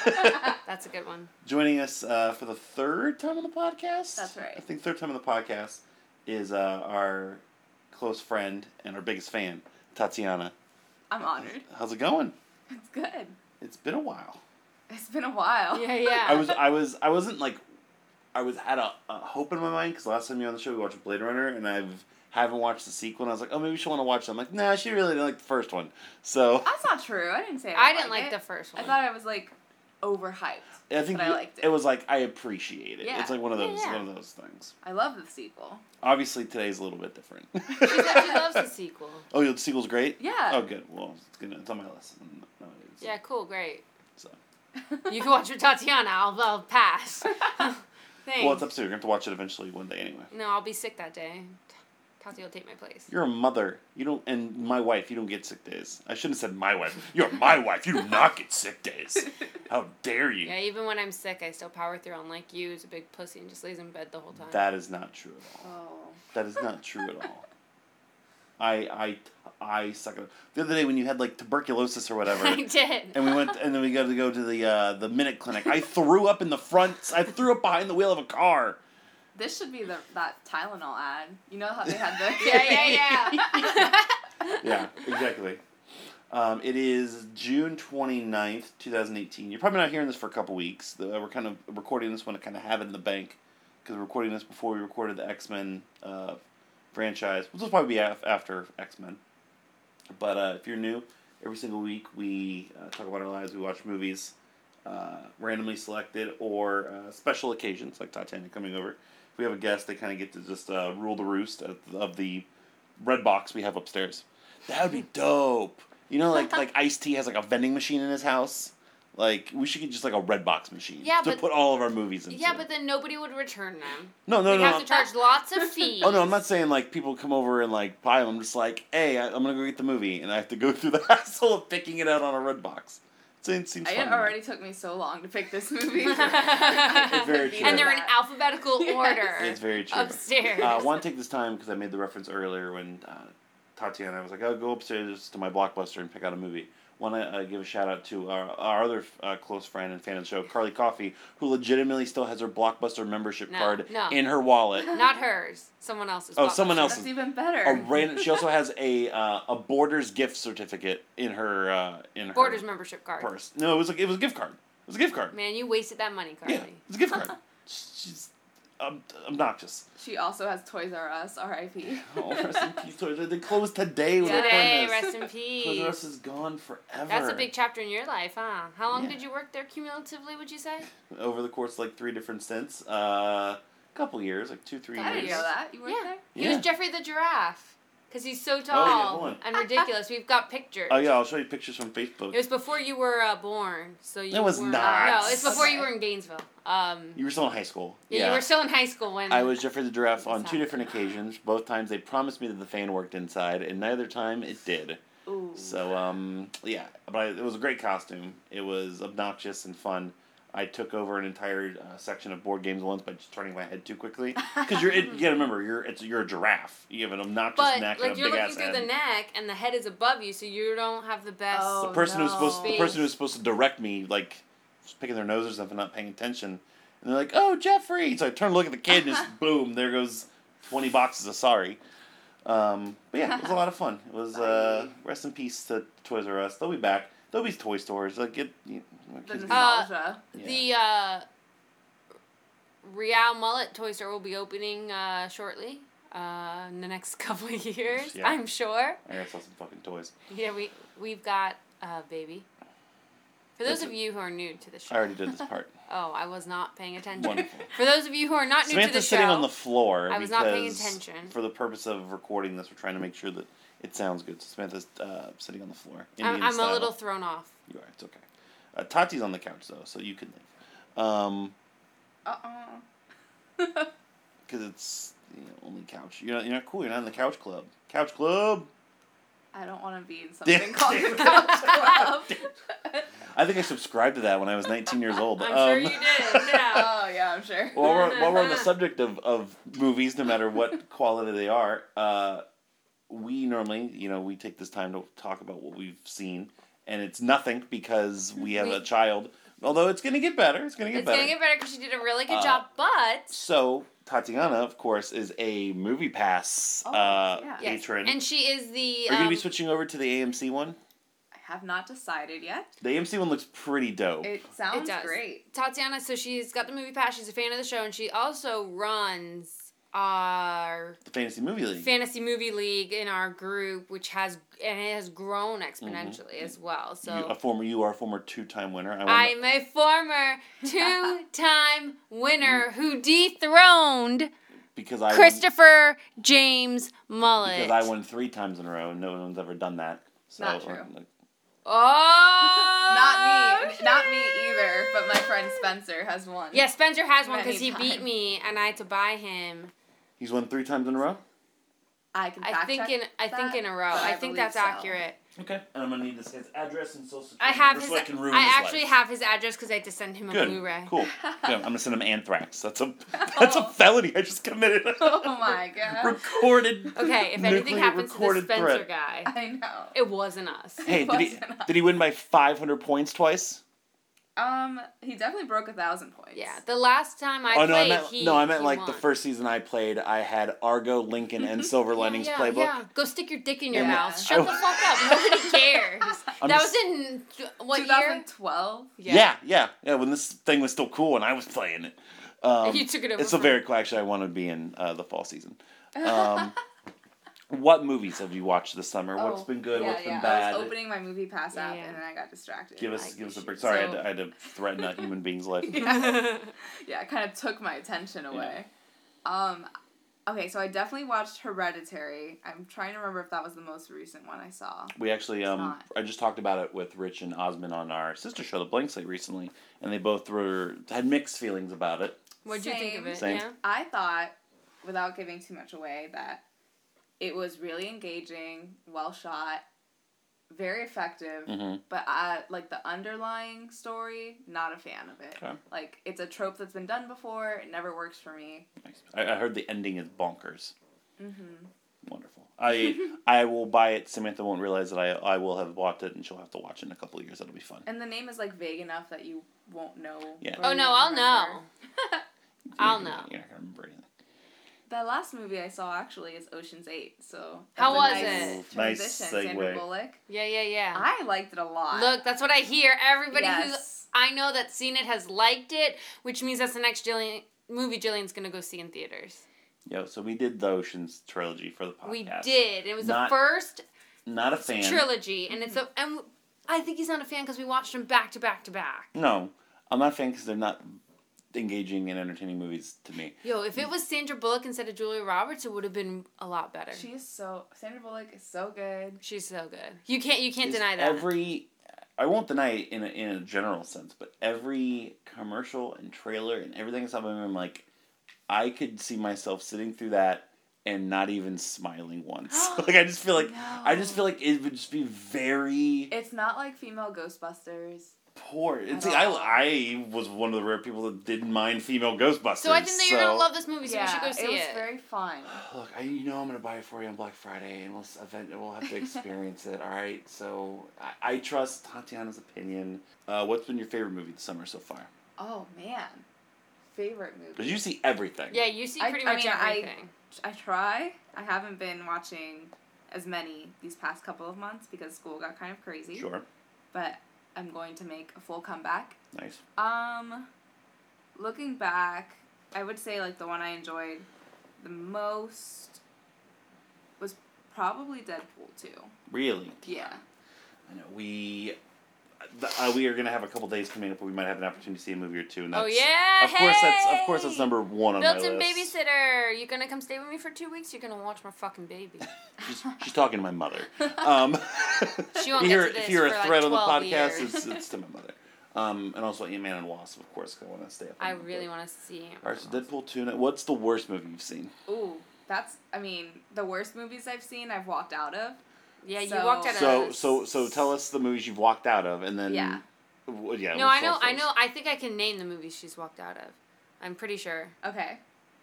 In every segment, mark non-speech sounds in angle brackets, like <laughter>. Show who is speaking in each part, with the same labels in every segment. Speaker 1: That's a good one.
Speaker 2: Joining us uh, for the third time on the podcast.
Speaker 3: That's right.
Speaker 2: I think third time on the podcast is uh, our close friend and our biggest fan, Tatiana.
Speaker 3: I'm honored.
Speaker 2: How's it going?
Speaker 3: It's good.
Speaker 2: It's been a while.
Speaker 3: It's been a while.
Speaker 1: Yeah, yeah.
Speaker 3: <laughs>
Speaker 2: I was I was I wasn't like I was had a, a hope in my mind because last time you were on the show we watched Blade Runner and I've haven't watched the sequel and I was like oh maybe she'll want to watch it I'm like nah she really didn't like the first one so
Speaker 3: That's not true. I didn't say I,
Speaker 1: I didn't like
Speaker 3: it.
Speaker 1: the first one.
Speaker 3: I thought I was like overhyped.
Speaker 2: I think
Speaker 3: but I
Speaker 2: you-
Speaker 3: liked it.
Speaker 2: it was like I appreciate it
Speaker 3: Yeah.
Speaker 2: it's like one of
Speaker 1: Yeah,
Speaker 2: those
Speaker 1: yeah.
Speaker 2: one of those things
Speaker 3: I love the sequel.
Speaker 2: obviously today's a little bit different <laughs>
Speaker 1: she, said she loves the sequel.
Speaker 2: oh yeah, the sequel's great
Speaker 3: Yeah.
Speaker 2: oh good well it's gonna it's on my list No, it's-
Speaker 1: Yeah, cool, great.
Speaker 2: so
Speaker 1: You can watch with Tatiana. I'll, I'll pass. Thanks.
Speaker 2: well it's up to you you're gonna have to watch it eventually one day anyway
Speaker 1: No, I'll be sick that day. Tati will take my place.
Speaker 2: You're a mother. You don't, and my wife. You don't get sick days. I shouldn't have said my wife. You're my wife. You do not get sick
Speaker 1: <laughs>
Speaker 2: days. How dare you?
Speaker 1: Yeah, even when I'm sick, I still power through. Unlike you, who's a big pussy and just lays in bed the whole time.
Speaker 2: That is not true at all.
Speaker 3: Oh.
Speaker 2: That is not true at all. I I I suck at it. The other day when you had like tuberculosis or
Speaker 1: <laughs> <laughs>
Speaker 2: whatever,
Speaker 1: I did.
Speaker 2: and we went and then we got to go to the uh, the minute clinic. I threw up in the front. I threw up behind the wheel of a car.
Speaker 3: This should be the that Tylenol ad. You know how they had the
Speaker 1: <laughs> yeah, yeah,
Speaker 2: <laughs>
Speaker 1: yeah.
Speaker 2: yeah, exactly. Um, it is June 29th, 2018. You're probably not hearing this for a couple weeks. though We're kind of recording this one to kind of have it in the bank because we're recording this before we recorded the X Men uh, franchise. This will probably be af- after X Men. But uh, if you're new, every single week we uh, talk about our lives, we watch movies, uh, randomly selected, or uh, special occasions like Titanic coming over. If we have a guest, they kind of get to just uh, rule the roost of, of the red box we have upstairs. That
Speaker 1: Hmm.
Speaker 2: would be dope. You know,
Speaker 1: <laughs>
Speaker 2: like like Ice T has like a vending machine in his house. Like we should get just like a red box machine
Speaker 1: Yeah,
Speaker 2: to
Speaker 1: but-
Speaker 2: put all of our movies into.
Speaker 1: yeah, but then nobody would return them.
Speaker 2: no, no,
Speaker 1: We'd
Speaker 2: no.
Speaker 1: have to charge lots of fees.
Speaker 2: Oh no, I'm
Speaker 1: <laughs>
Speaker 2: not saying like people come over and like buy them. I'm just like, hey, I, I'm gonna go get the movie, and I have to go <laughs> through the hassle of picking it out on a red box. It seems, seems
Speaker 3: <laughs> It
Speaker 2: fun.
Speaker 3: already took me so long to pick
Speaker 1: <laughs>
Speaker 3: this movie.
Speaker 2: very true.
Speaker 1: And they're in
Speaker 3: That.
Speaker 1: alphabetical
Speaker 3: Yes.
Speaker 1: order.
Speaker 2: It's very true.
Speaker 1: Upstairs.
Speaker 2: Uh, I want to take this time because I made the reference earlier when uh, Tatiana was like, "I'll go upstairs to my blockbuster and pick out a movie." Want to uh, give a shout out to our, our other uh, close friend and fan of the show, Carly Coffee, who legitimately still has her blockbuster membership
Speaker 1: No,
Speaker 2: card
Speaker 1: no.
Speaker 2: in
Speaker 1: <laughs>
Speaker 2: her wallet.
Speaker 1: Not hers. Someone else's.
Speaker 2: Oh, someone
Speaker 1: box.
Speaker 2: else's.
Speaker 3: That's even better.
Speaker 2: a random. She also has
Speaker 1: <laughs>
Speaker 2: a uh, a Borders gift certificate in her uh, in her
Speaker 1: Borders membership card.
Speaker 2: purse. No, it was like it was a gift card. It was a gift card.
Speaker 1: Man, you wasted that money, Carly.
Speaker 2: yeah, it was a
Speaker 1: <laughs>
Speaker 2: gift card. She's ob- obnoxious.
Speaker 3: She also has Toys R Us, R.I.P.
Speaker 2: Oh, rest in peace. Toys R Us. They closed today. When we're
Speaker 1: Today,
Speaker 2: recording this.
Speaker 1: rest in
Speaker 2: Toys R Us
Speaker 1: peace.
Speaker 2: is gone forever.
Speaker 1: That's a big chapter in your life, huh? How long
Speaker 2: Yeah.
Speaker 1: did you work there cumulatively, would you say?
Speaker 2: over the course of like three different stints. Uh, couple years, like two, three
Speaker 3: I
Speaker 2: years.
Speaker 3: didn't know that. You weren't
Speaker 1: yeah. He
Speaker 2: Yeah. Oh,
Speaker 1: was Jeffrey the Giraffe. because he's so
Speaker 2: yeah,
Speaker 1: tall
Speaker 2: hold on.
Speaker 1: and ridiculous. We've got pictures.
Speaker 2: Oh yeah, I'll show you pictures from
Speaker 1: It
Speaker 2: Facebook.
Speaker 1: was before you were uh, born, so you.
Speaker 2: It was
Speaker 1: were,
Speaker 2: not.
Speaker 1: No, it's before you were in Gainesville. Um,
Speaker 2: You were still in high school.
Speaker 1: yeah, you were still in high school when.
Speaker 2: I was Jeffrey the Giraffe on two
Speaker 1: Exactly.
Speaker 2: different occasions. Both times they promised me that the fan worked inside, and neither time it did.
Speaker 3: Ooh.
Speaker 2: So um, yeah, but I, it was a great costume. It was obnoxious and fun. I took over an entire uh, section of board games once by just turning my head too quickly. Because you're, it, you gotta remember, you're it's you're a giraffe. You have an obnoxious
Speaker 1: But
Speaker 2: neck
Speaker 1: like
Speaker 2: and a
Speaker 1: you're
Speaker 2: big
Speaker 1: looking
Speaker 2: ass
Speaker 1: through
Speaker 2: head.
Speaker 1: the neck, and the head is above you, so you don't have the best.
Speaker 3: Oh.
Speaker 2: the person who's supposed the
Speaker 1: no.
Speaker 2: person who's supposed to direct me like was picking their nose or something, not paying attention, and they're like, "Oh, Jeffrey!" So I turn to look at the kid, and just boom, there goes twenty boxes of sorry. Um, but yeah, it was a lot of fun. It was uh, rest in peace to Toys R Us. They'll be back. There'll be toy stores. Like it, you know,
Speaker 3: The Oh,
Speaker 2: kids-
Speaker 3: nostalgia.
Speaker 2: yeah.
Speaker 1: The uh, Real Mullet Toy Store will be opening uh, shortly. Uh, in the next <laughs> couple of years,
Speaker 2: Yeah.
Speaker 1: I'm sure.
Speaker 2: I gotta sell some fucking toys.
Speaker 1: Yeah, we we've got uh, baby. For those of you who are new to the show,
Speaker 2: I already did this part.
Speaker 1: oh, I was not paying attention.
Speaker 2: Wonderful.
Speaker 1: <laughs> For those of you who are not new to the
Speaker 2: Samantha's
Speaker 1: show,
Speaker 2: sitting on the floor.
Speaker 1: I was not paying
Speaker 2: because
Speaker 1: attention.
Speaker 2: For the purpose of recording this, we're trying to make sure that it sounds good. So Samantha's uh, sitting on the floor.
Speaker 1: I'm,
Speaker 2: Indian
Speaker 1: I'm a
Speaker 2: style.
Speaker 1: little thrown off.
Speaker 2: You are. It's okay. Uh, Tati's on the couch though, so you can leave. Um,
Speaker 3: Uh-uh. Uh uh
Speaker 2: because it's you know, only couch. You're not. You're not cool. You're not in the couch club. Couch club.
Speaker 3: I don't want to be in
Speaker 2: Damn. <laughs>
Speaker 3: something called the Couch Club.
Speaker 2: I think I subscribed to that when I was 19 years
Speaker 1: <laughs>
Speaker 2: old.
Speaker 1: I'm
Speaker 2: um,
Speaker 1: sure you did.
Speaker 2: <laughs>
Speaker 1: Yeah.
Speaker 3: oh yeah, I'm sure.
Speaker 2: While we're, while we're on the subject of, of movies, no matter what <laughs> quality they are, uh, we normally, you know, we take this time to talk about what we've seen, and it's nothing
Speaker 1: <laughs>
Speaker 2: because we have a
Speaker 1: We-
Speaker 2: child. Although it's going to get better. It's going to get
Speaker 1: It's
Speaker 2: better.
Speaker 1: gonna get better because she did a really good
Speaker 2: Uh,
Speaker 1: job, but
Speaker 2: So Tatiana, of course, is a movie pass
Speaker 3: Oh,
Speaker 2: uh,
Speaker 3: yeah.
Speaker 1: Yes,
Speaker 2: patron.
Speaker 1: and she is the.
Speaker 2: Are you gonna be
Speaker 1: um,
Speaker 2: switching over to the AMC one?
Speaker 3: I have not decided yet.
Speaker 2: The AMC one looks pretty dope.
Speaker 3: It sounds
Speaker 1: does.
Speaker 3: great.
Speaker 1: Tatiana, so she's got the movie pass. She's a fan of the show, and she also runs our
Speaker 2: the Fantasy Movie League.
Speaker 1: fantasy movie league in our group, which has and it has grown exponentially as well. So
Speaker 2: Mm-hmm. you, a former, you are a former two-time winner. I won.
Speaker 1: I'm a former
Speaker 2: <laughs>
Speaker 1: two-time winner who dethroned
Speaker 2: because I
Speaker 1: Christopher James
Speaker 2: won,
Speaker 1: Mullet.
Speaker 2: because I won three times in a row, and no one's ever done that. So,
Speaker 3: Not true.
Speaker 1: Oh,
Speaker 3: Not me. Not me either. But my friend Spencer has one.
Speaker 1: Yeah, Spencer has one because
Speaker 3: Many
Speaker 1: he beat
Speaker 3: times.
Speaker 1: me, and I had to buy him.
Speaker 2: He's won three times in a row.
Speaker 3: I can.
Speaker 1: I
Speaker 3: fact
Speaker 1: think
Speaker 3: check
Speaker 1: in I
Speaker 3: that,
Speaker 1: think in a row.
Speaker 3: but
Speaker 1: I, think
Speaker 3: believe
Speaker 1: that's
Speaker 3: so.
Speaker 1: accurate.
Speaker 2: Okay. And I'm gonna need this his address and social
Speaker 1: I
Speaker 2: security
Speaker 1: have
Speaker 2: number
Speaker 1: his.
Speaker 2: so I can ruin
Speaker 1: I
Speaker 2: his
Speaker 1: actually
Speaker 2: life.
Speaker 1: have his address because I had to send him a
Speaker 2: Good.
Speaker 1: Blu-ray. <laughs>
Speaker 2: Cool. Good. I'm gonna send him anthrax. That's a that's a felony I just committed.
Speaker 3: <laughs>
Speaker 1: <laughs>
Speaker 3: Oh my god.
Speaker 2: recorded.
Speaker 1: Okay, if anything
Speaker 2: nuclear
Speaker 1: happens to the
Speaker 2: recorded
Speaker 1: Spencer
Speaker 2: threat.
Speaker 1: guy,
Speaker 3: I know.
Speaker 1: it wasn't us.
Speaker 2: <laughs> Hey, did he,
Speaker 3: wasn't us.
Speaker 2: did he win by 500 points twice?
Speaker 3: Um, he definitely broke a thousand points.
Speaker 1: Yeah, the last time I
Speaker 2: oh,
Speaker 1: played,
Speaker 2: no, I meant,
Speaker 1: he
Speaker 2: no, I meant
Speaker 1: he
Speaker 2: like the
Speaker 1: won.
Speaker 2: first season I played, I had Argo,
Speaker 1: <laughs>
Speaker 2: Lincoln, and Silver Linings
Speaker 1: yeah,
Speaker 2: Playbook.
Speaker 1: Yeah, go stick your dick in your
Speaker 3: Yeah.
Speaker 1: mouth.
Speaker 3: I
Speaker 1: Shut the
Speaker 2: w-
Speaker 1: fuck up.
Speaker 2: <laughs>
Speaker 1: Nobody cares.
Speaker 2: I'm
Speaker 1: that
Speaker 2: just-
Speaker 1: was in th- what year?
Speaker 3: 2012.
Speaker 2: Yeah. yeah, yeah, When this thing was still cool and I was playing it. Um,
Speaker 1: You took it over
Speaker 2: It's a
Speaker 1: from-
Speaker 2: very cool. Actually, I want to be in uh, the fall season.
Speaker 3: <laughs>
Speaker 2: Um, what movies have you watched this summer? What's
Speaker 3: Oh,
Speaker 2: been good?
Speaker 3: yeah,
Speaker 2: What's been
Speaker 3: yeah.
Speaker 2: bad?
Speaker 3: I was opening my movie pass app
Speaker 1: Yeah.
Speaker 3: and then I got distracted.
Speaker 2: give us,
Speaker 1: I
Speaker 2: give us a
Speaker 1: appreciate
Speaker 2: break.
Speaker 1: it.
Speaker 2: Sorry, I,
Speaker 1: So-
Speaker 2: had to, I had to threaten a human
Speaker 3: <laughs>
Speaker 2: being's life.
Speaker 3: yeah. yeah, it kind of took my attention away. Um, okay, so I definitely watched Hereditary. I'm trying to remember if that was the most recent one I saw.
Speaker 2: We actually, um,
Speaker 3: not.
Speaker 2: I just talked about it with Rich and Osman on our sister show, The Blank Slate, recently, and they both were had mixed feelings about it.
Speaker 1: What'd you think of
Speaker 3: Same.
Speaker 1: it?
Speaker 2: Same.
Speaker 1: Yeah.
Speaker 3: I thought, without giving too much away, that it was really engaging, well shot, very effective.
Speaker 2: Mhm.
Speaker 3: But I like the underlying story. Not a fan of it.
Speaker 2: Okay.
Speaker 3: Like it's a trope that's been done before. It never works for me.
Speaker 2: I, I heard the ending is bonkers. Mm-hmm. Wonderful.
Speaker 1: <laughs>
Speaker 2: I I will buy it. Samantha won't realize that I I will have bought it, and she'll have to watch it in a couple of years. That'll be fun.
Speaker 3: And the name is like vague enough that you won't know.
Speaker 2: Yeah.
Speaker 3: or
Speaker 1: Oh
Speaker 3: you
Speaker 1: no,
Speaker 3: won't
Speaker 1: I'll
Speaker 3: remember.
Speaker 1: know. I'll
Speaker 2: You're
Speaker 1: know.
Speaker 2: not gonna remember anything.
Speaker 3: The last movie I saw actually is Ocean's Eight. So
Speaker 1: How
Speaker 3: that's a
Speaker 1: was
Speaker 2: it? Nice
Speaker 3: Sandra
Speaker 2: segue.
Speaker 3: Bullock.
Speaker 1: Yeah, yeah, yeah.
Speaker 3: I liked it a lot.
Speaker 1: Look, that's what I hear. Everybody who
Speaker 3: Yes.
Speaker 1: I know that's seen it has liked it, which means that's the next Jillian movie Jillian's gonna go see in theaters.
Speaker 2: Yo, so we did the Ocean's trilogy for the podcast.
Speaker 1: We did. It was
Speaker 2: Oh, Not
Speaker 1: the first
Speaker 2: Not a fan.
Speaker 1: trilogy, and it's a and I think he's not a fan because we watched them back to back to back.
Speaker 2: No, I'm not a fan because they're not engaging and entertaining movies to me.
Speaker 1: Yo, if it was Sandra Bullock instead of Julia Roberts, it would have been a lot better.
Speaker 3: She is so Sandra Bullock is so good.
Speaker 1: She's so good. You can't you can't
Speaker 2: is
Speaker 1: deny that.
Speaker 2: Every, I won't deny it in a, in a general sense, but every commercial and trailer and everything that's happening, I'm like, I could see myself sitting through that and not even smiling once.
Speaker 1: <gasps>
Speaker 2: like I just feel like I just feel like it would just be very
Speaker 3: It's not like female Ghostbusters.
Speaker 2: poor. And
Speaker 3: at
Speaker 2: see, I,
Speaker 3: all.
Speaker 2: I was one of the rare people that didn't mind female Ghostbusters.
Speaker 1: so I think that you're gonna love this movie, so
Speaker 3: yeah,
Speaker 1: we should
Speaker 3: it
Speaker 1: go see
Speaker 3: was
Speaker 1: it.
Speaker 3: very fun.
Speaker 2: Look, I, you know I'm gonna buy it for you on Black Friday, and we'll s- event,
Speaker 1: <laughs>
Speaker 2: we'll have to experience it. All right, so I, I trust Tatiana's opinion. Uh, what's been your favorite movie this summer so far?
Speaker 3: Oh man, favorite movie.
Speaker 2: Because you see everything.
Speaker 1: yeah, you see
Speaker 3: I-
Speaker 1: pretty
Speaker 3: I
Speaker 1: much
Speaker 3: mean, I-
Speaker 1: everything.
Speaker 3: I try. I haven't been watching as many these past couple of months because school got kind of crazy.
Speaker 2: Sure.
Speaker 3: But I'm going to make a full comeback.
Speaker 2: Nice.
Speaker 3: Um, looking back, I would say like the one I enjoyed the most was probably Deadpool two.
Speaker 2: Really.
Speaker 3: Yeah.
Speaker 2: I know we. th- Uh, we are gonna have a couple days coming up, but we might have an opportunity to see a movie or two. And
Speaker 1: Oh,
Speaker 2: that's,
Speaker 1: yeah,
Speaker 2: Of course, that's of course
Speaker 1: hey!
Speaker 2: that's number one on my
Speaker 1: Built-in
Speaker 2: list.
Speaker 1: babysitter. You gonna come stay with me for two weeks? You're gonna watch my fucking <laughs> baby.
Speaker 2: She's, she's talking to
Speaker 1: <laughs>
Speaker 2: my mother. Um,
Speaker 1: She won't
Speaker 2: <laughs>
Speaker 1: get
Speaker 2: if you're,
Speaker 1: to this
Speaker 2: if you're
Speaker 1: for,
Speaker 2: a
Speaker 1: like,
Speaker 2: threat on the
Speaker 1: 12
Speaker 2: podcast,
Speaker 1: years.
Speaker 2: it's, it's to my mother. Um, and also Ant Man and Wasp, of course, 'cause I want to stay up.
Speaker 1: <laughs> I
Speaker 2: on that.
Speaker 1: really want to see him.
Speaker 2: All right, so Deadpool two. now- What's the worst movie you've seen?
Speaker 3: Ooh, that's. I mean, the worst movies I've seen, I've walked out of.
Speaker 1: Yeah, you
Speaker 3: So-
Speaker 1: walked out
Speaker 2: So
Speaker 1: of.
Speaker 2: so so tell us the movies you've walked out of, and then
Speaker 3: Yeah.
Speaker 2: W- yeah.
Speaker 1: No,
Speaker 2: we'll
Speaker 1: I know,
Speaker 2: solve
Speaker 1: I
Speaker 2: those.
Speaker 1: know. I think I can name the movies she's walked out of. I'm pretty sure.
Speaker 3: Okay.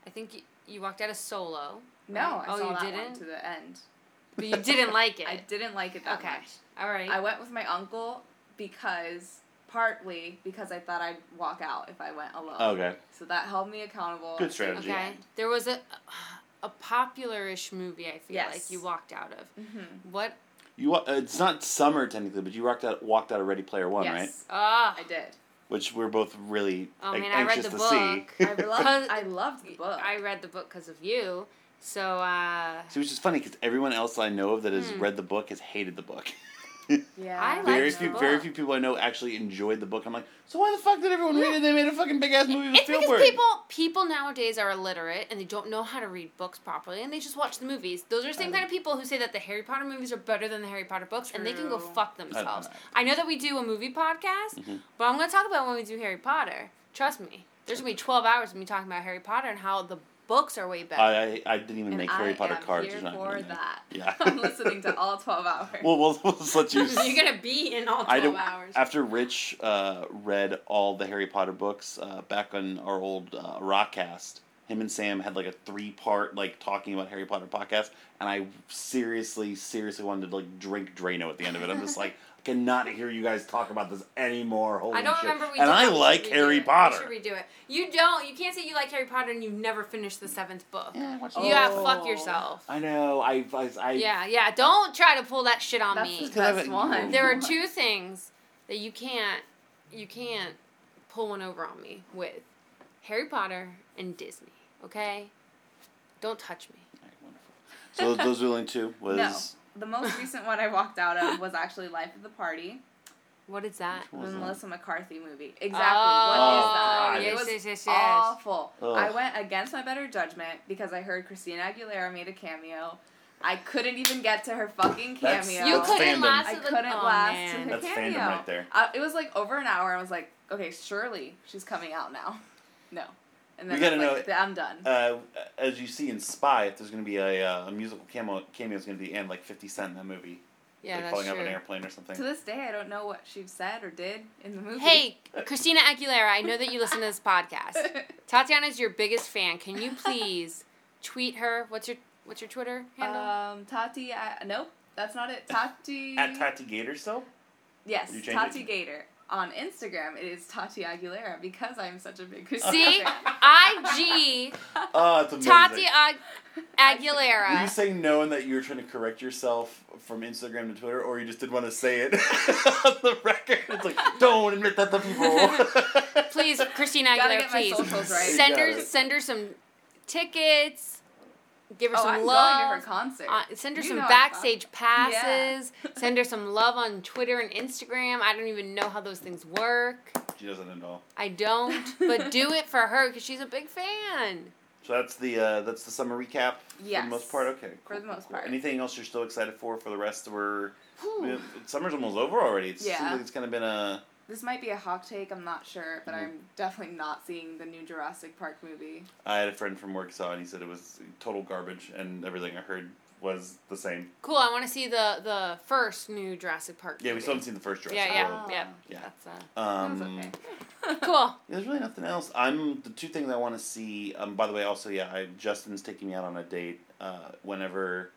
Speaker 1: I think you, you walked out of Solo.
Speaker 3: No,
Speaker 1: right?
Speaker 3: I
Speaker 1: oh,
Speaker 3: saw
Speaker 1: you
Speaker 3: that
Speaker 1: didn't.
Speaker 3: one to the end.
Speaker 1: But you
Speaker 3: <laughs>
Speaker 1: didn't like it.
Speaker 3: I didn't like it that
Speaker 1: Okay.
Speaker 3: much.
Speaker 1: All right.
Speaker 3: I went with my uncle because partly because I thought I'd walk out if I went alone.
Speaker 2: Okay.
Speaker 3: So that held me accountable.
Speaker 2: Good strategy.
Speaker 1: okay. There was a a popular-ish movie. I feel
Speaker 3: Yes. Mm-hmm.
Speaker 1: like you walked out of. What?
Speaker 2: You wa- uh, it's not summer technically, but you walked out walked out of Ready Player One, right?
Speaker 3: yes,
Speaker 1: Ah.
Speaker 3: I did.
Speaker 2: Which we're both really
Speaker 1: Oh,
Speaker 2: a-
Speaker 1: man, I read
Speaker 2: anxious
Speaker 1: the
Speaker 2: to see.
Speaker 1: book.
Speaker 3: <laughs> I loved, I loved the book.
Speaker 1: I read the book because of you. So uh,
Speaker 2: See, <laughs> which is funny because everyone else I know of that has read the book has hated the book.
Speaker 3: yeah.
Speaker 1: Hmm. I like
Speaker 2: very
Speaker 1: the
Speaker 2: few,
Speaker 1: book.
Speaker 2: very few people I know actually enjoyed the book. I'm like, so why the fuck did everyone read it? They made a fucking big ass movie with
Speaker 1: it's because
Speaker 2: Spielberg.
Speaker 1: people people nowadays are illiterate and they don't know how to read books properly and they just watch the movies. Those are the same kind of people who say that the Harry Potter movies are better than the Harry Potter books and they can go
Speaker 3: True.
Speaker 1: fuck themselves.
Speaker 2: know.
Speaker 1: I know that we do a movie podcast,
Speaker 2: Mm-hmm.
Speaker 1: but I'm going to talk about when we do Harry Potter. Trust me, there's going to be 12 hours of me talking about Harry Potter and how the books are way better.
Speaker 2: I, I, I didn't even
Speaker 3: And
Speaker 2: make Harry
Speaker 3: I
Speaker 2: Potter
Speaker 3: am
Speaker 2: cards.
Speaker 3: Here
Speaker 2: there's not
Speaker 3: for
Speaker 2: <laughs> even-
Speaker 3: that.
Speaker 2: Yeah.
Speaker 3: <laughs> I'm listening to all twelve hours.
Speaker 2: Well, we'll, we'll
Speaker 1: <laughs>
Speaker 2: just let you.
Speaker 1: You're going to be in all 12
Speaker 2: I don't.
Speaker 1: hours.
Speaker 2: After Rich uh, read all the Harry Potter books uh, back on our old uh, Rockcast, him and Sam had like a three-part like talking about Harry Potter podcast, and I seriously, seriously wanted to like drink Drano at the end of
Speaker 1: <laughs>
Speaker 2: it. I'm just like, I cannot hear you guys talk about this anymore. Holy
Speaker 1: I don't
Speaker 2: shit.
Speaker 1: remember we did
Speaker 2: and I
Speaker 1: that. We should
Speaker 2: like
Speaker 1: redo
Speaker 2: Harry
Speaker 1: it.
Speaker 2: Potter.
Speaker 1: We should redo it. You don't. You can't say you like Harry Potter and you've never finished the seventh book.
Speaker 2: Yeah, Oh. I watched
Speaker 1: You
Speaker 2: the
Speaker 1: gotta
Speaker 2: whole-
Speaker 1: fuck yourself.
Speaker 2: I know. I. I. I
Speaker 1: Yeah, yeah. Don't try to pull that shit on
Speaker 3: That's
Speaker 1: me.
Speaker 3: the
Speaker 2: 'Cause I've-
Speaker 3: best one.
Speaker 1: There are two things that you can't you can't pull one over on me with. Harry Potter and Disney, okay? Don't touch me.
Speaker 2: Alright, wonderful. So those, those were the only
Speaker 1: <laughs>
Speaker 2: two. Was
Speaker 3: No, the most recent one I walked out of was actually Life of the Party,
Speaker 1: What is that?
Speaker 3: the
Speaker 2: What was that?
Speaker 3: Melissa McCarthy movie. Exactly.
Speaker 1: Oh,
Speaker 3: what is that?
Speaker 2: yes,
Speaker 3: it was
Speaker 1: yes, yes, yes.
Speaker 3: awful.
Speaker 2: Ugh.
Speaker 3: I went against my better judgment because I heard Christina Aguilera made a cameo. I couldn't even get to her fucking
Speaker 2: That's-
Speaker 3: cameo.
Speaker 1: You
Speaker 2: That's
Speaker 1: couldn't
Speaker 2: fandom.
Speaker 1: last
Speaker 3: I
Speaker 1: to the
Speaker 3: couldn't
Speaker 1: oh,
Speaker 3: last
Speaker 1: man.
Speaker 3: to her
Speaker 2: That's fandom
Speaker 3: cameo.
Speaker 2: right there.
Speaker 3: Uh, it was like over an hour. I was like, okay, surely she's coming out now. <laughs> No, and then
Speaker 2: We gotta
Speaker 3: I was
Speaker 2: know-
Speaker 3: like, I'm done.
Speaker 2: uh, as you see in Spy, if there's going to be a, uh, a musical cameo, cameo is going to be and like Fifty Cent in that movie,
Speaker 1: Yeah,
Speaker 2: like
Speaker 1: that's
Speaker 2: falling
Speaker 1: true.
Speaker 2: off an airplane or something.
Speaker 3: to this day, I don't know what she said or did in the movie.
Speaker 2: <laughs>
Speaker 1: Hey, Christina Aguilera, I know that you listen to this podcast.
Speaker 3: <laughs>
Speaker 1: Tatiana's your biggest fan. Can you please tweet her? What's your what's your Twitter handle?
Speaker 3: Um, Tati. Uh, nope, that's
Speaker 2: <laughs>
Speaker 3: not it. Tati.
Speaker 2: At Tati Gator still.
Speaker 3: yes,
Speaker 2: You changed
Speaker 3: Tati
Speaker 2: it?
Speaker 3: Gator. On Instagram, it is Tati Aguilera because I'm such a big Christina
Speaker 1: See?
Speaker 3: fan.
Speaker 1: IG
Speaker 2: Oh, it's amazing.
Speaker 1: Tati Ag-
Speaker 2: Were you
Speaker 1: Aguilera.
Speaker 2: saying knowing that you were trying to correct yourself from Instagram to Twitter, or you just didn't want to say it <laughs> on the record? It's like don't admit that to people.
Speaker 1: Please, Christina
Speaker 3: <laughs> Gotta
Speaker 1: Aguilera,
Speaker 3: get my
Speaker 1: please.
Speaker 3: socials right.
Speaker 1: Send
Speaker 2: You got
Speaker 1: her
Speaker 2: it.
Speaker 1: send her some tickets. Give her
Speaker 3: oh,
Speaker 1: some
Speaker 3: I'm going to her
Speaker 1: love.
Speaker 3: concert.
Speaker 1: Uh, send her
Speaker 3: You
Speaker 1: some
Speaker 3: know I'm
Speaker 1: backstage
Speaker 3: fine. Yeah. <laughs>
Speaker 1: passes. Send her some love on Twitter and Instagram. I don't even know how those things work.
Speaker 2: She doesn't at all.
Speaker 1: I don't, but do it for her because she's a big fan.
Speaker 2: So that's the uh, that's the summer recap for
Speaker 3: Yes.
Speaker 2: the most part. Okay,
Speaker 3: For the most part.
Speaker 2: Anything else you're still excited for for the rest of her? I mean,
Speaker 3: Whew.
Speaker 2: it- summer's almost over already. It's,
Speaker 3: Yeah.
Speaker 2: It's kind of been a
Speaker 3: This might be a hot take, I'm not sure, but
Speaker 2: Mhm.
Speaker 3: I'm definitely not seeing the new Jurassic Park movie.
Speaker 2: I had a friend from work saw it and he said it was total garbage and everything I heard was the same.
Speaker 1: Cool. I want to see the the first new Jurassic Park.
Speaker 2: Yeah, we
Speaker 1: movie.
Speaker 2: still haven't seen the first Jurassic.
Speaker 1: Yeah, yeah,
Speaker 3: Ah.
Speaker 1: yeah.
Speaker 2: Yeah.
Speaker 1: That's uh,
Speaker 3: That
Speaker 2: Um,
Speaker 3: was okay.
Speaker 1: cool.
Speaker 2: yeah, There's really nothing else. I'm the two things I want to see. Um, by the way, also yeah, I, Justin's taking me out on a date. Uh, whenever,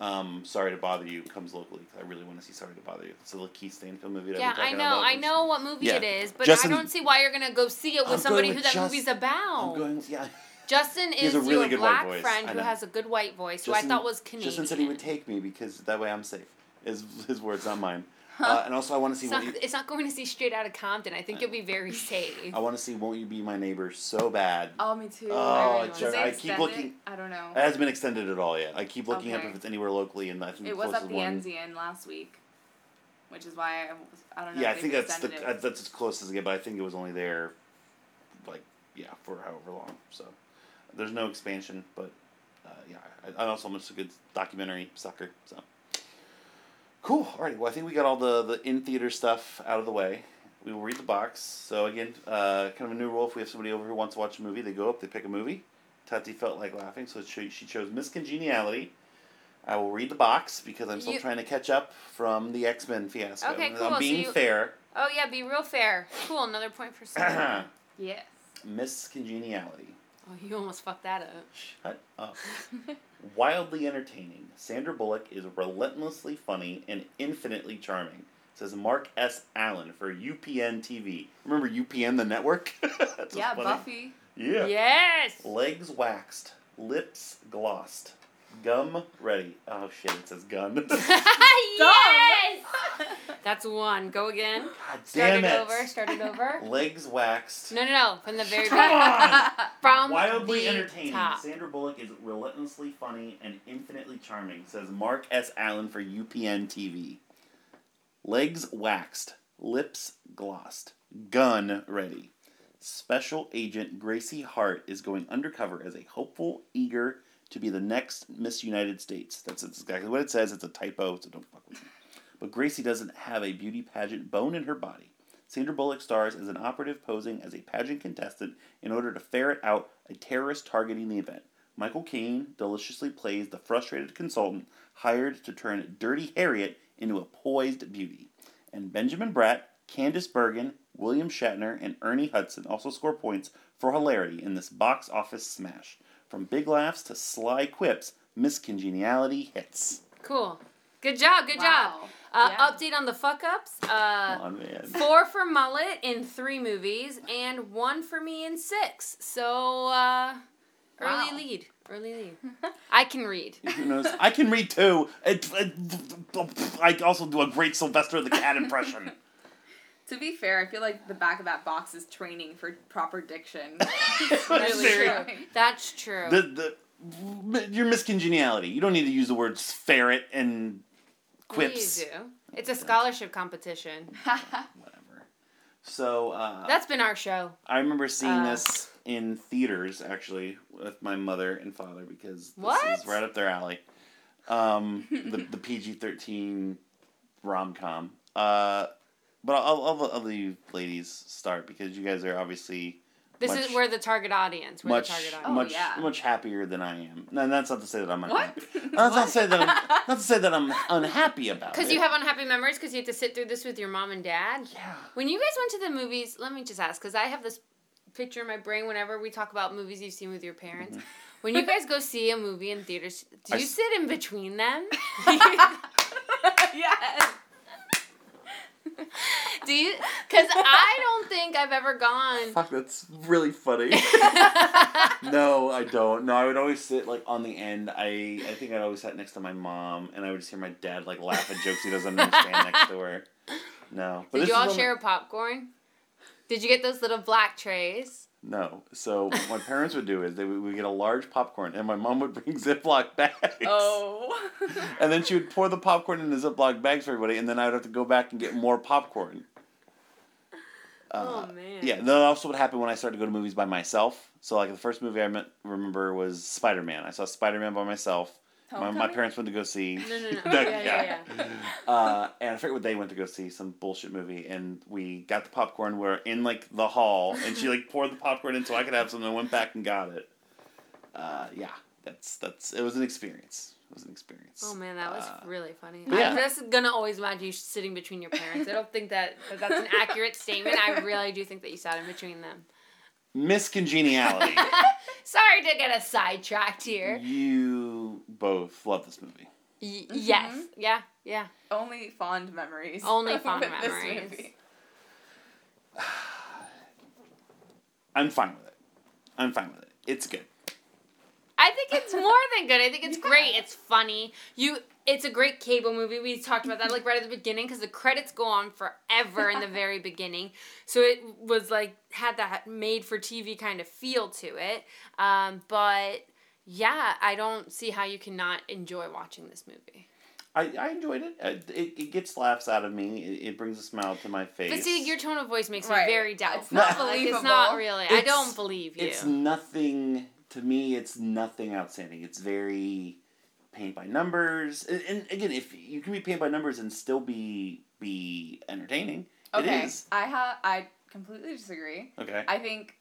Speaker 2: um, Sorry to Bother You comes locally, 'cause I really want to see Sorry to Bother You. It's a Lakeith Stanfield movie. That
Speaker 1: Yeah,
Speaker 2: I've been
Speaker 1: I
Speaker 2: talking
Speaker 1: know.
Speaker 2: about.
Speaker 1: I know what movie
Speaker 2: Yeah.
Speaker 1: it is, but
Speaker 2: Justin-
Speaker 1: I don't see why you're gonna go see it with
Speaker 2: I'm
Speaker 1: somebody
Speaker 2: going
Speaker 1: who
Speaker 2: with
Speaker 1: that
Speaker 2: Just-
Speaker 1: movie's about.
Speaker 2: I'm going. Yeah.
Speaker 1: Justin
Speaker 2: He
Speaker 1: is
Speaker 2: has a really
Speaker 1: your
Speaker 2: good white
Speaker 1: black
Speaker 2: voice.
Speaker 1: friend
Speaker 2: I
Speaker 1: who
Speaker 2: know.
Speaker 1: has a good white voice, who I
Speaker 2: <laughs> Justin-
Speaker 1: thought was Canadian.
Speaker 2: Justin said he would take me because that way I'm safe. Is his words, not mine. Uh, and also, I want to see
Speaker 1: It's
Speaker 2: what
Speaker 1: not,
Speaker 2: you,
Speaker 1: it's not going to see straight out of Compton. I
Speaker 2: Uh,
Speaker 1: think you'll be
Speaker 2: <laughs>
Speaker 1: very safe.
Speaker 2: I want to see. Won't you be my neighbor? So bad.
Speaker 3: Oh, me too.
Speaker 2: Oh,
Speaker 3: I,
Speaker 1: it's
Speaker 3: Did
Speaker 1: right.
Speaker 3: they
Speaker 1: I
Speaker 2: keep
Speaker 3: extend
Speaker 2: looking-
Speaker 3: It? I don't know.
Speaker 2: It hasn't been extended at all yet. I keep looking up
Speaker 3: Okay.
Speaker 2: if it's anywhere locally, and I think
Speaker 3: It
Speaker 2: the
Speaker 3: was
Speaker 2: closest
Speaker 3: up the
Speaker 2: one.
Speaker 3: Enzian last week, which is why I, was- I don't know.
Speaker 2: Yeah, I
Speaker 3: if
Speaker 2: think
Speaker 3: they've
Speaker 2: that's the
Speaker 3: extended
Speaker 2: uh,
Speaker 3: it.
Speaker 2: that's as close as I get. But I think it was only there, like yeah, for however long. So there's no expansion, but uh, yeah, I, I also am just a good documentary sucker. So cool. All right. Well, I think we got all the the in theater stuff out of the way. We will read the box. So again, uh, kind of a new rule. If we have somebody over who wants to watch a movie, they go up, they pick a movie. Tati felt like laughing, so she, she chose Miss Congeniality. I will read the box because I'm still
Speaker 1: You-
Speaker 2: trying to catch up from the X Men fiasco.
Speaker 1: Okay,
Speaker 2: And
Speaker 1: cool, so
Speaker 2: I'm being
Speaker 1: you-
Speaker 2: fair. <clears throat>
Speaker 1: Oh yeah, be real fair. Cool, another point for Sam.
Speaker 3: Yes.
Speaker 2: Miss Congeniality.
Speaker 1: oh, you almost fucked that up.
Speaker 2: Shut
Speaker 1: <laughs>
Speaker 2: up. Wildly entertaining. Sandra Bullock is relentlessly funny and infinitely charming. Says Mark S. Allen for UPN TV. Remember UPN, the network? <laughs> That's
Speaker 3: Yeah,
Speaker 2: funny.
Speaker 3: Buffy.
Speaker 2: Yeah.
Speaker 1: Yes. <laughs>
Speaker 2: Legs waxed, lips glossed, gum ready. Oh shit! It
Speaker 1: <laughs>
Speaker 2: says gun. <laughs> God
Speaker 1: yes. That's one. Go again. Start
Speaker 2: damn
Speaker 1: it
Speaker 2: it!
Speaker 1: over. Start it over.
Speaker 2: <laughs> Legs waxed.
Speaker 1: No, no, no. From the very
Speaker 2: Come
Speaker 1: beginning.
Speaker 2: on!
Speaker 1: <laughs> From
Speaker 2: Wildly
Speaker 1: the
Speaker 2: entertaining.
Speaker 1: top.
Speaker 2: Sandra Bullock is relentlessly funny and infinitely charming, says Mark S. Allen for UPN TV. Legs waxed, lips glossed, gun ready. Special Agent Gracie Hart is going undercover as a hopeful, eager to be the next Miss United States. That's exactly what it says. It's a typo, so don't fuck with me. But Gracie doesn't have a beauty pageant bone in her body. Sandra Bullock stars as an operative posing as a pageant contestant in order to ferret out a terrorist targeting the event. Michael Caine deliciously plays the frustrated consultant hired to turn Dirty Harriet into a poised beauty. And Benjamin Bratt, Candice Bergen, William Shatner, and Ernie Hudson also score points for hilarity in this box office smash. From big laughs to sly quips, Miss Congeniality hits.
Speaker 1: Cool. Good job. Good
Speaker 3: Wow.
Speaker 1: job. Uh,
Speaker 3: Yeah.
Speaker 1: Update on the fuck ups. Uh,
Speaker 2: Oh, man.
Speaker 1: four for Mullet in three movies, and one for me in six. So uh, early
Speaker 3: Wow.
Speaker 1: lead. Early
Speaker 3: <laughs>
Speaker 1: lead. I can
Speaker 2: <laughs>
Speaker 1: read.
Speaker 2: Who knows? I can read too. It, it, I also do a great Sylvester the
Speaker 1: <laughs>
Speaker 2: Cat impression.
Speaker 3: To be fair, I feel like the back of that box is training for
Speaker 2: <laughs>
Speaker 3: proper diction. <laughs>
Speaker 2: It's very-
Speaker 3: true.
Speaker 1: That's true.
Speaker 2: The, the, your miscongeniality. You don't need to use the words ferret and quips.
Speaker 1: You do. It's a scholarship competition.
Speaker 3: <laughs>
Speaker 2: Whatever. So uh,
Speaker 1: That's been our show.
Speaker 2: I remember seeing
Speaker 1: Uh.
Speaker 2: this in theaters actually with my mother and father because this
Speaker 1: What?
Speaker 2: is right up their alley. Um, the the PG thirteen rom com. Uh, but I'll, I'll I'll leave ladies start because you guys are obviously
Speaker 1: This
Speaker 2: Much-
Speaker 1: is where the target audience. We're
Speaker 2: much
Speaker 1: the target audience.
Speaker 2: much
Speaker 3: yeah.
Speaker 2: much happier than I am. And that's not to say that I'm
Speaker 3: What?
Speaker 2: unhappy.
Speaker 1: <laughs>
Speaker 2: That's not to say that I'm not to say that I'm unhappy about it.
Speaker 1: Because you have unhappy memories because you had to sit through this with your mom and dad.
Speaker 2: yeah.
Speaker 1: When you guys went to the movies, let me just ask because I have this picture in my brain whenever we talk about movies you've seen with your parents. <laughs> When you guys go see a movie in theaters, do
Speaker 2: Mm-hmm. I
Speaker 1: you
Speaker 2: s-
Speaker 1: sit in between
Speaker 2: <laughs>
Speaker 1: them?
Speaker 3: yes.
Speaker 1: Do you? Because I don't think I've ever gone.
Speaker 2: Fuck, that's
Speaker 1: <laughs>
Speaker 2: really funny. no, I don't. No, I would always sit like on the end. I I think I'd always sat next to my mom, and I would just hear my dad like laugh at jokes he doesn't
Speaker 1: <laughs>
Speaker 2: understand next to her. No, but
Speaker 1: Did
Speaker 2: this
Speaker 1: you
Speaker 2: is
Speaker 1: all
Speaker 2: on the-
Speaker 1: share a popcorn? Did you get those little black trays?
Speaker 2: <laughs> No. So what my parents would do is they would we'd get a large popcorn, and my mom would bring <laughs> Ziploc bags.
Speaker 3: Oh.
Speaker 2: And then she would pour the popcorn in the Ziploc bags for everybody, and then I would have to go back and get more popcorn. Uh,
Speaker 1: Oh, man.
Speaker 2: Yeah, then also what happened when I started to go to movies by myself. So like the first movie I me- remember was Spider Man. I saw Spider Man by myself. My, my
Speaker 3: Homecoming?
Speaker 2: parents went to go see.
Speaker 1: No,
Speaker 2: <laughs>
Speaker 1: no, no.
Speaker 2: that
Speaker 1: yeah,
Speaker 2: guy.
Speaker 1: yeah, yeah.
Speaker 2: Uh, and I forget what they went to go see some bullshit movie, and we got the popcorn. We're in like the hall, and she like poured the popcorn in so I could have some. And I went back and got it. Uh, yeah, that's that's it was an experience. It was an experience.
Speaker 1: Oh man, that was
Speaker 2: Uh,
Speaker 1: really funny.
Speaker 2: yeah.
Speaker 1: I'm just gonna always imagine you sitting between your parents. I don't think that, that that's an accurate statement. I really do think that you sat in between them. <laughs>
Speaker 2: Miss Congeniality,
Speaker 1: Sorry to get us sidetracked here.
Speaker 2: you both love this movie.
Speaker 1: Y-
Speaker 2: mm-hmm.
Speaker 1: Yes, yeah, yeah.
Speaker 3: Only fond memories.
Speaker 1: Only fond
Speaker 3: <laughs> with this
Speaker 1: memories.
Speaker 3: movie.
Speaker 2: I'm fine with it. I'm fine with it. It's good.
Speaker 1: I think it's more than good. I think it's great. It's funny. You, it's a great cable movie. We talked about that like right at the beginning because the credits go on forever in the
Speaker 2: <laughs>
Speaker 1: very beginning. So it was like had that made for TV kind of feel to it. Um, but yeah, I don't see how you cannot enjoy watching this movie.
Speaker 2: I, I enjoyed it. Uh, it. It gets laughs out of me. It, it brings a smile to my face.
Speaker 1: But see, your tone of voice makes
Speaker 3: Right.
Speaker 1: me very doubtful.
Speaker 3: It's
Speaker 1: <laughs> Like,
Speaker 3: not believable.
Speaker 1: It's not really. I
Speaker 2: It's-
Speaker 1: don't believe you.
Speaker 2: It's nothing to me. It's nothing outstanding. It's very paint by numbers. And, and again, if you can be paint by numbers and still be be entertaining,
Speaker 3: Okay,
Speaker 2: it is
Speaker 3: I have. I completely disagree.
Speaker 2: okay.
Speaker 3: I think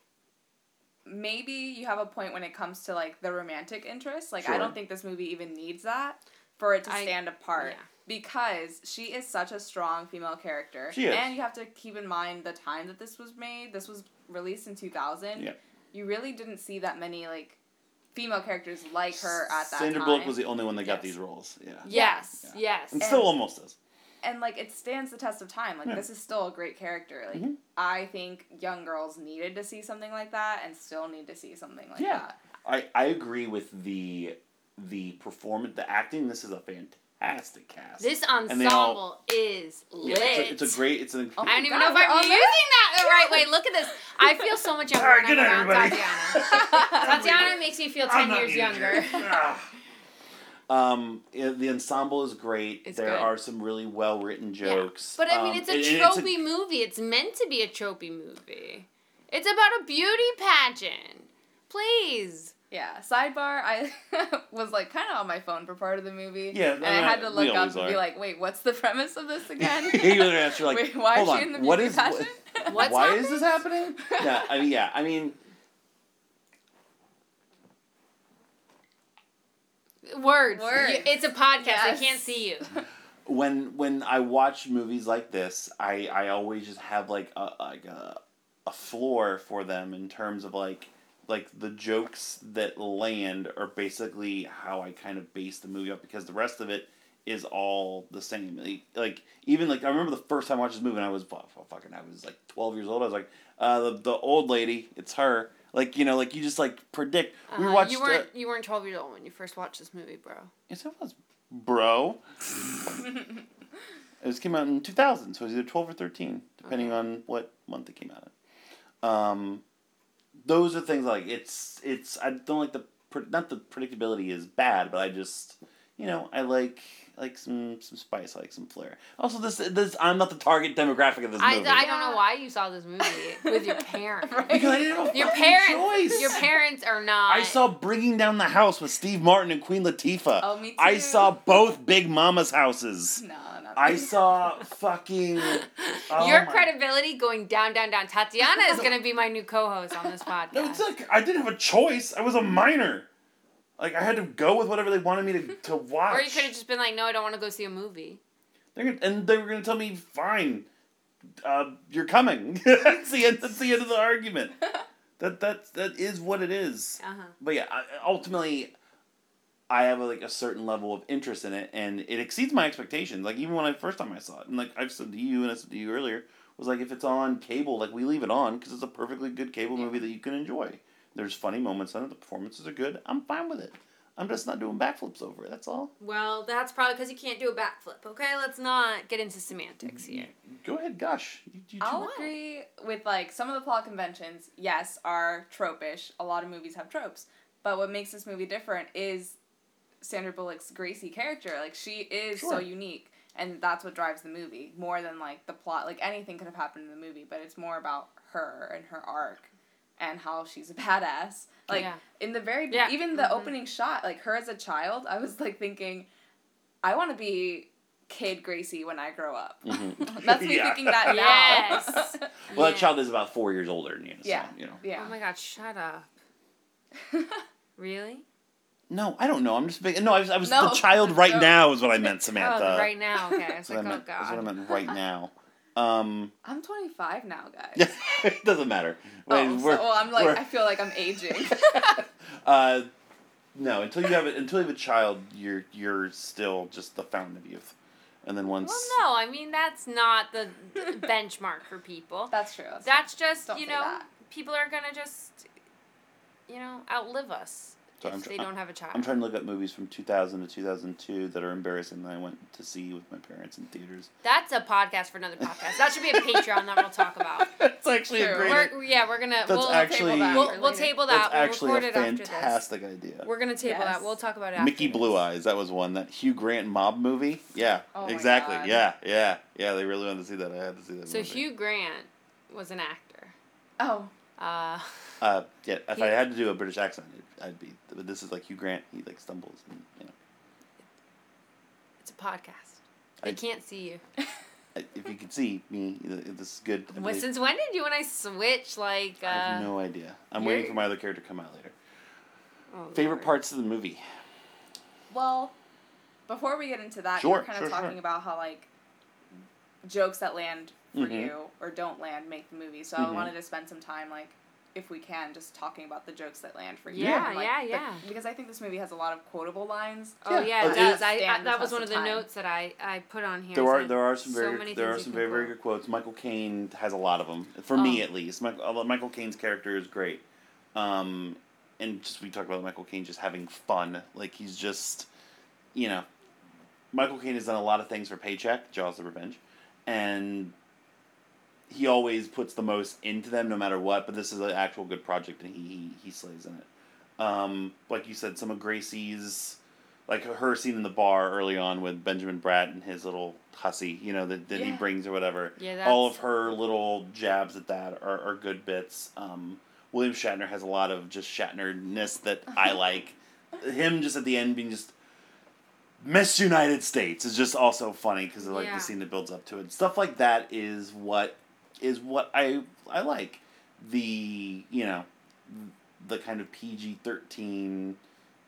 Speaker 3: maybe you have a point when it comes to like the romantic interest. Like I
Speaker 2: Sure.
Speaker 3: don't think this movie even needs that for it to
Speaker 1: I-
Speaker 3: stand apart.
Speaker 1: yeah.
Speaker 3: Because she is such a strong female character.
Speaker 2: She is.
Speaker 3: And you have to keep in mind the time that this was made. This was released in 2000.
Speaker 2: Yeah.
Speaker 3: You really didn't see that many like female characters like her at that
Speaker 2: Sandra
Speaker 3: time.
Speaker 2: Bullock was the only one that got
Speaker 3: Yes.
Speaker 2: these roles. Yeah.
Speaker 1: yes,
Speaker 2: Yeah.
Speaker 1: yes.
Speaker 2: And still
Speaker 3: And-
Speaker 2: almost does.
Speaker 3: and like it stands the test of time. Like
Speaker 2: Yeah.
Speaker 3: this is still a great character. Like
Speaker 2: Mhm.
Speaker 3: I think young girls needed to see something like that and still need to see something like
Speaker 2: Yeah.
Speaker 3: that.
Speaker 2: I, I agree with the the performance, the acting. This is a fantastic cast.
Speaker 1: This
Speaker 2: And they all-
Speaker 1: ensemble is
Speaker 2: Yeah,
Speaker 1: lit.
Speaker 2: it's, a, it's a great. It's an.
Speaker 3: Oh
Speaker 1: I don't even
Speaker 3: God,
Speaker 1: know if
Speaker 3: we're all
Speaker 1: I'm using that the right way. Look at this. I feel so much younger
Speaker 2: All right,
Speaker 1: when
Speaker 2: good night,
Speaker 1: I'm around
Speaker 2: everybody. <laughs>
Speaker 1: Tatiana. <laughs> Tatiana makes me feel 10 years younger.
Speaker 2: ah. um, yeah, the ensemble is great.
Speaker 1: It's
Speaker 2: there
Speaker 1: good.
Speaker 2: are some really well written jokes.
Speaker 1: But I
Speaker 2: Um,
Speaker 1: mean, it's a
Speaker 2: and- and
Speaker 1: tropey movie. It's meant to be a tropey movie. It's about a beauty pageant. Please.
Speaker 3: Yeah. Sidebar, I <laughs> was like kind of on my phone for part of the movie.
Speaker 2: Yeah,
Speaker 3: And
Speaker 2: no,
Speaker 3: I
Speaker 2: no,
Speaker 3: had to
Speaker 2: we
Speaker 3: look up
Speaker 2: always
Speaker 3: and be
Speaker 2: are.
Speaker 3: like, wait, what's the premise
Speaker 2: <laughs>
Speaker 3: of this again?
Speaker 2: you literally asked, you're like,
Speaker 3: <laughs> wait, why
Speaker 2: hold
Speaker 3: is
Speaker 2: on,
Speaker 3: she in the
Speaker 2: what
Speaker 3: beauty
Speaker 2: is-
Speaker 3: pageant?
Speaker 1: What's
Speaker 2: why
Speaker 1: happening?
Speaker 2: is this happening? yeah, I mean, yeah, I mean,
Speaker 1: Words.
Speaker 3: Words.
Speaker 1: You- it's a podcast. I
Speaker 3: Yes.
Speaker 1: can't see you.
Speaker 2: when when I watch movies like this, I I always just have like a like a, a floor for them in terms of like like the jokes that land are basically how I kind of base the movie up because the rest of it is all the same. Like, like even like I remember the first time I watched this movie and I was fu- fu- fucking I was like twelve years old. I was like, uh, the, the old lady, it's her. Like you know, like you just like predict. <laughs> we
Speaker 1: Uh,
Speaker 2: watched.
Speaker 1: you
Speaker 2: uh,
Speaker 1: weren't you weren't 12 years old when you first watched this movie, bro.
Speaker 2: Yes, it was,
Speaker 1: <laughs>
Speaker 2: bro. it was came out in 2000, so it was either 12 or 13, depending on what month it came out in. Um, those are things like it's it's I don't like the pre- not the predictability is bad, but I just you know I like like some some spice, I like some flair. Also, this this I'm not the target demographic of this
Speaker 1: I,
Speaker 2: movie.
Speaker 1: I don't know
Speaker 3: Yeah.
Speaker 1: why you saw this movie with
Speaker 3: <laughs>
Speaker 1: your parents.
Speaker 2: because I didn't have a
Speaker 1: Your
Speaker 2: fucking
Speaker 1: parents,
Speaker 2: choice.
Speaker 1: your parents are not.
Speaker 2: I saw Bringing Down the House with Steve Martin and Queen Latifah.
Speaker 3: Oh, me
Speaker 2: I
Speaker 3: too.
Speaker 2: saw both Big Mama's houses.
Speaker 3: <laughs> No, no.
Speaker 2: I saw fucking. oh
Speaker 1: <laughs> Your
Speaker 2: my-
Speaker 1: credibility going down, down, down. Tatiana
Speaker 2: <laughs>
Speaker 1: is going to be my new co-host on this podcast.
Speaker 2: No, it's like I didn't have a choice. I was a minor. Like I had to go with whatever they wanted me to to
Speaker 1: <laughs>
Speaker 2: watch.
Speaker 1: or you could have just been like, "No, I don't want to go see a movie."
Speaker 2: They're gonna, and they were gonna tell me, "Fine, uh, you're coming." <laughs> that's the end. That's the end of
Speaker 1: <laughs>
Speaker 2: the argument. That that that is what it is.
Speaker 1: Uh huh.
Speaker 2: But yeah, I, ultimately, I have like a certain level of interest in it, and it exceeds my expectations. Like even when I first time I saw it, and like I've said to you, and I said to you earlier, was like if it's on cable, like we leave it on because it's a perfectly good cable movie that you can enjoy. There's funny moments in it. The performances are good. I'm fine with it. I'm just not doing backflips over it. That's all.
Speaker 1: Well, that's probably because you can't do a backflip. Okay, let's not get into semantics here.
Speaker 2: <laughs> Go ahead, gosh. You, you two-
Speaker 3: I'll
Speaker 1: Why?
Speaker 3: agree with like some of the plot conventions, yes, are tropish. A lot of movies have tropes. But what makes this movie different is Sandra Bullock's Gracie character. Like she is so
Speaker 2: Sure.
Speaker 3: unique. and that's what drives the movie more than like the plot. Like anything could have happened in the movie, but it's more about her and her arc and how she's a <laughs> badass. Like
Speaker 1: Yeah.
Speaker 3: in the very
Speaker 1: Yeah.
Speaker 3: even the opening shot, like her as a child, I was like thinking, I want to be Kid Gracie when I grow up. <laughs> That's me
Speaker 2: Yeah.
Speaker 3: thinking that now.
Speaker 1: Yes.
Speaker 2: Well,
Speaker 1: Yeah.
Speaker 2: that child is about four years older than you. So,
Speaker 3: yeah.
Speaker 2: You know.
Speaker 3: Yeah.
Speaker 1: <laughs> Oh my god, shut <laughs> up. really?
Speaker 2: No, I don't know. I'm just big. No, I was. I was
Speaker 3: No.
Speaker 2: the child right
Speaker 3: No.
Speaker 2: now is what I meant,
Speaker 1: Oh,
Speaker 2: Samantha.
Speaker 1: right now. Okay.
Speaker 2: <laughs>
Speaker 1: I was
Speaker 2: That's what I
Speaker 1: like, oh
Speaker 2: meant. That's what I
Speaker 1: god. <laughs>
Speaker 2: meant right now. Um, <laughs>
Speaker 3: I'm 25 now, guys.
Speaker 2: it doesn't matter.
Speaker 3: Oh,
Speaker 2: Wait,
Speaker 3: so-
Speaker 2: we're-
Speaker 3: well, I'm like,
Speaker 2: we're-
Speaker 3: I feel like I'm
Speaker 2: <laughs>
Speaker 3: aging.
Speaker 2: Uh, no, until you have a, until you have a child, you're you're still just the fountain of youth, and then once
Speaker 1: Well, no, I mean that's not
Speaker 2: <laughs>
Speaker 1: the benchmark for people.
Speaker 3: That's true.
Speaker 1: That's just
Speaker 3: Don't
Speaker 1: you
Speaker 3: say
Speaker 1: know
Speaker 3: that.
Speaker 1: people are gonna just you know outlive us
Speaker 2: So
Speaker 1: if
Speaker 2: I'm tr-
Speaker 1: they don't have a child.
Speaker 2: I'm trying to look up movies from 2000 to 2002 that are embarrassing that I went to see with my parents in
Speaker 1: <laughs>
Speaker 2: theaters.
Speaker 1: That's a podcast for another podcast. That should be a Patreon that we'll talk about.
Speaker 2: That's actually
Speaker 3: True.
Speaker 2: a <laughs> great.
Speaker 1: We're, yeah, we're gonna.
Speaker 2: That's
Speaker 1: we'll, table
Speaker 2: actually-
Speaker 1: that.
Speaker 3: for
Speaker 1: We'll, we'll
Speaker 3: later.
Speaker 1: table that.
Speaker 2: that's
Speaker 1: we'll
Speaker 2: actually
Speaker 1: record
Speaker 2: a
Speaker 1: it after this.
Speaker 2: fantastic idea.
Speaker 1: We're gonna table
Speaker 3: Yes.
Speaker 1: that. We'll talk about it. After
Speaker 2: Mickey
Speaker 1: this.
Speaker 2: Blue Eyes, that was one. That Hugh Grant mob movie. Yeah,
Speaker 3: Oh my
Speaker 2: exactly.
Speaker 3: God.
Speaker 2: Yeah, yeah, yeah. They really wanted to see that. I had to see that.
Speaker 1: So
Speaker 2: movie.
Speaker 1: Hugh Grant was an actor.
Speaker 3: Oh,
Speaker 1: Uh, <laughs>
Speaker 2: Uh, yeah, if I
Speaker 1: Hugh-
Speaker 2: had to do a British accent, it, I'd be. But this is like Hugh Grant. He like stumbles and you know.
Speaker 1: it's a podcast.
Speaker 2: I-
Speaker 1: They can't see you.
Speaker 2: I- if you could see me, this is good. I
Speaker 1: Well,
Speaker 2: believe-
Speaker 1: Since when did you and I switch? Like, uh,
Speaker 2: I have no idea. I'm
Speaker 1: you're-
Speaker 2: waiting for my other character to come out later.
Speaker 1: oh,
Speaker 2: Favorite
Speaker 1: Lord.
Speaker 2: parts of the movie?
Speaker 3: well, before we get into that, you
Speaker 2: Sure,
Speaker 3: were kind of
Speaker 2: sure,
Speaker 3: talking
Speaker 2: sure.
Speaker 3: about how, like, jokes that land for
Speaker 2: Mhm.
Speaker 3: you or don't land make the movie. So I
Speaker 2: Mhm.
Speaker 3: wanted to spend some time, like, if we can, just talking about the jokes that land for you.
Speaker 1: Yeah,
Speaker 3: and, like,
Speaker 1: yeah,
Speaker 3: the-
Speaker 1: yeah.
Speaker 3: because I think this movie has a lot of quotable lines.
Speaker 1: Oh yeah,
Speaker 2: Oh,
Speaker 1: it
Speaker 2: it
Speaker 1: does.
Speaker 2: is-
Speaker 1: I, I
Speaker 3: Stand the
Speaker 1: that was
Speaker 3: test
Speaker 1: one of
Speaker 3: of
Speaker 1: the
Speaker 3: time.
Speaker 1: notes that I, I put on here.
Speaker 2: There
Speaker 1: is
Speaker 2: are
Speaker 1: that
Speaker 2: there are some
Speaker 1: so
Speaker 2: very
Speaker 1: many
Speaker 2: there
Speaker 1: things
Speaker 2: are
Speaker 1: you
Speaker 2: some
Speaker 1: can Oh.
Speaker 2: very very
Speaker 1: quote.
Speaker 2: good quotes. Michael Caine has a lot of them for me at least. Michael, although Michael Caine's character is great, um, and just we talked about Michael Caine just having fun. Like he's just, you know, Michael Caine has done a lot of things for paycheck. Jaws of Revenge, and he always puts the most into them no matter what. But this is an actual good project, and he he, he slays in it. Um, like you said, some of Gracie's like her scene in the bar early on with Benjamin Bratt and his little hussy, you know, that, that he
Speaker 3: Yeah.
Speaker 2: brings or whatever.
Speaker 1: Yeah,
Speaker 2: All of
Speaker 1: that's-
Speaker 2: her little jabs at that are, are good bits. Um, William Shatner has a lot of just Shatnerness that
Speaker 1: <laughs>
Speaker 2: I like. Him just at the end being just Miss United States is just also funny because of like
Speaker 1: Yeah.
Speaker 2: the scene that builds up to it. Stuff like that is what is what I I like. The you know the kind of PG thirteen,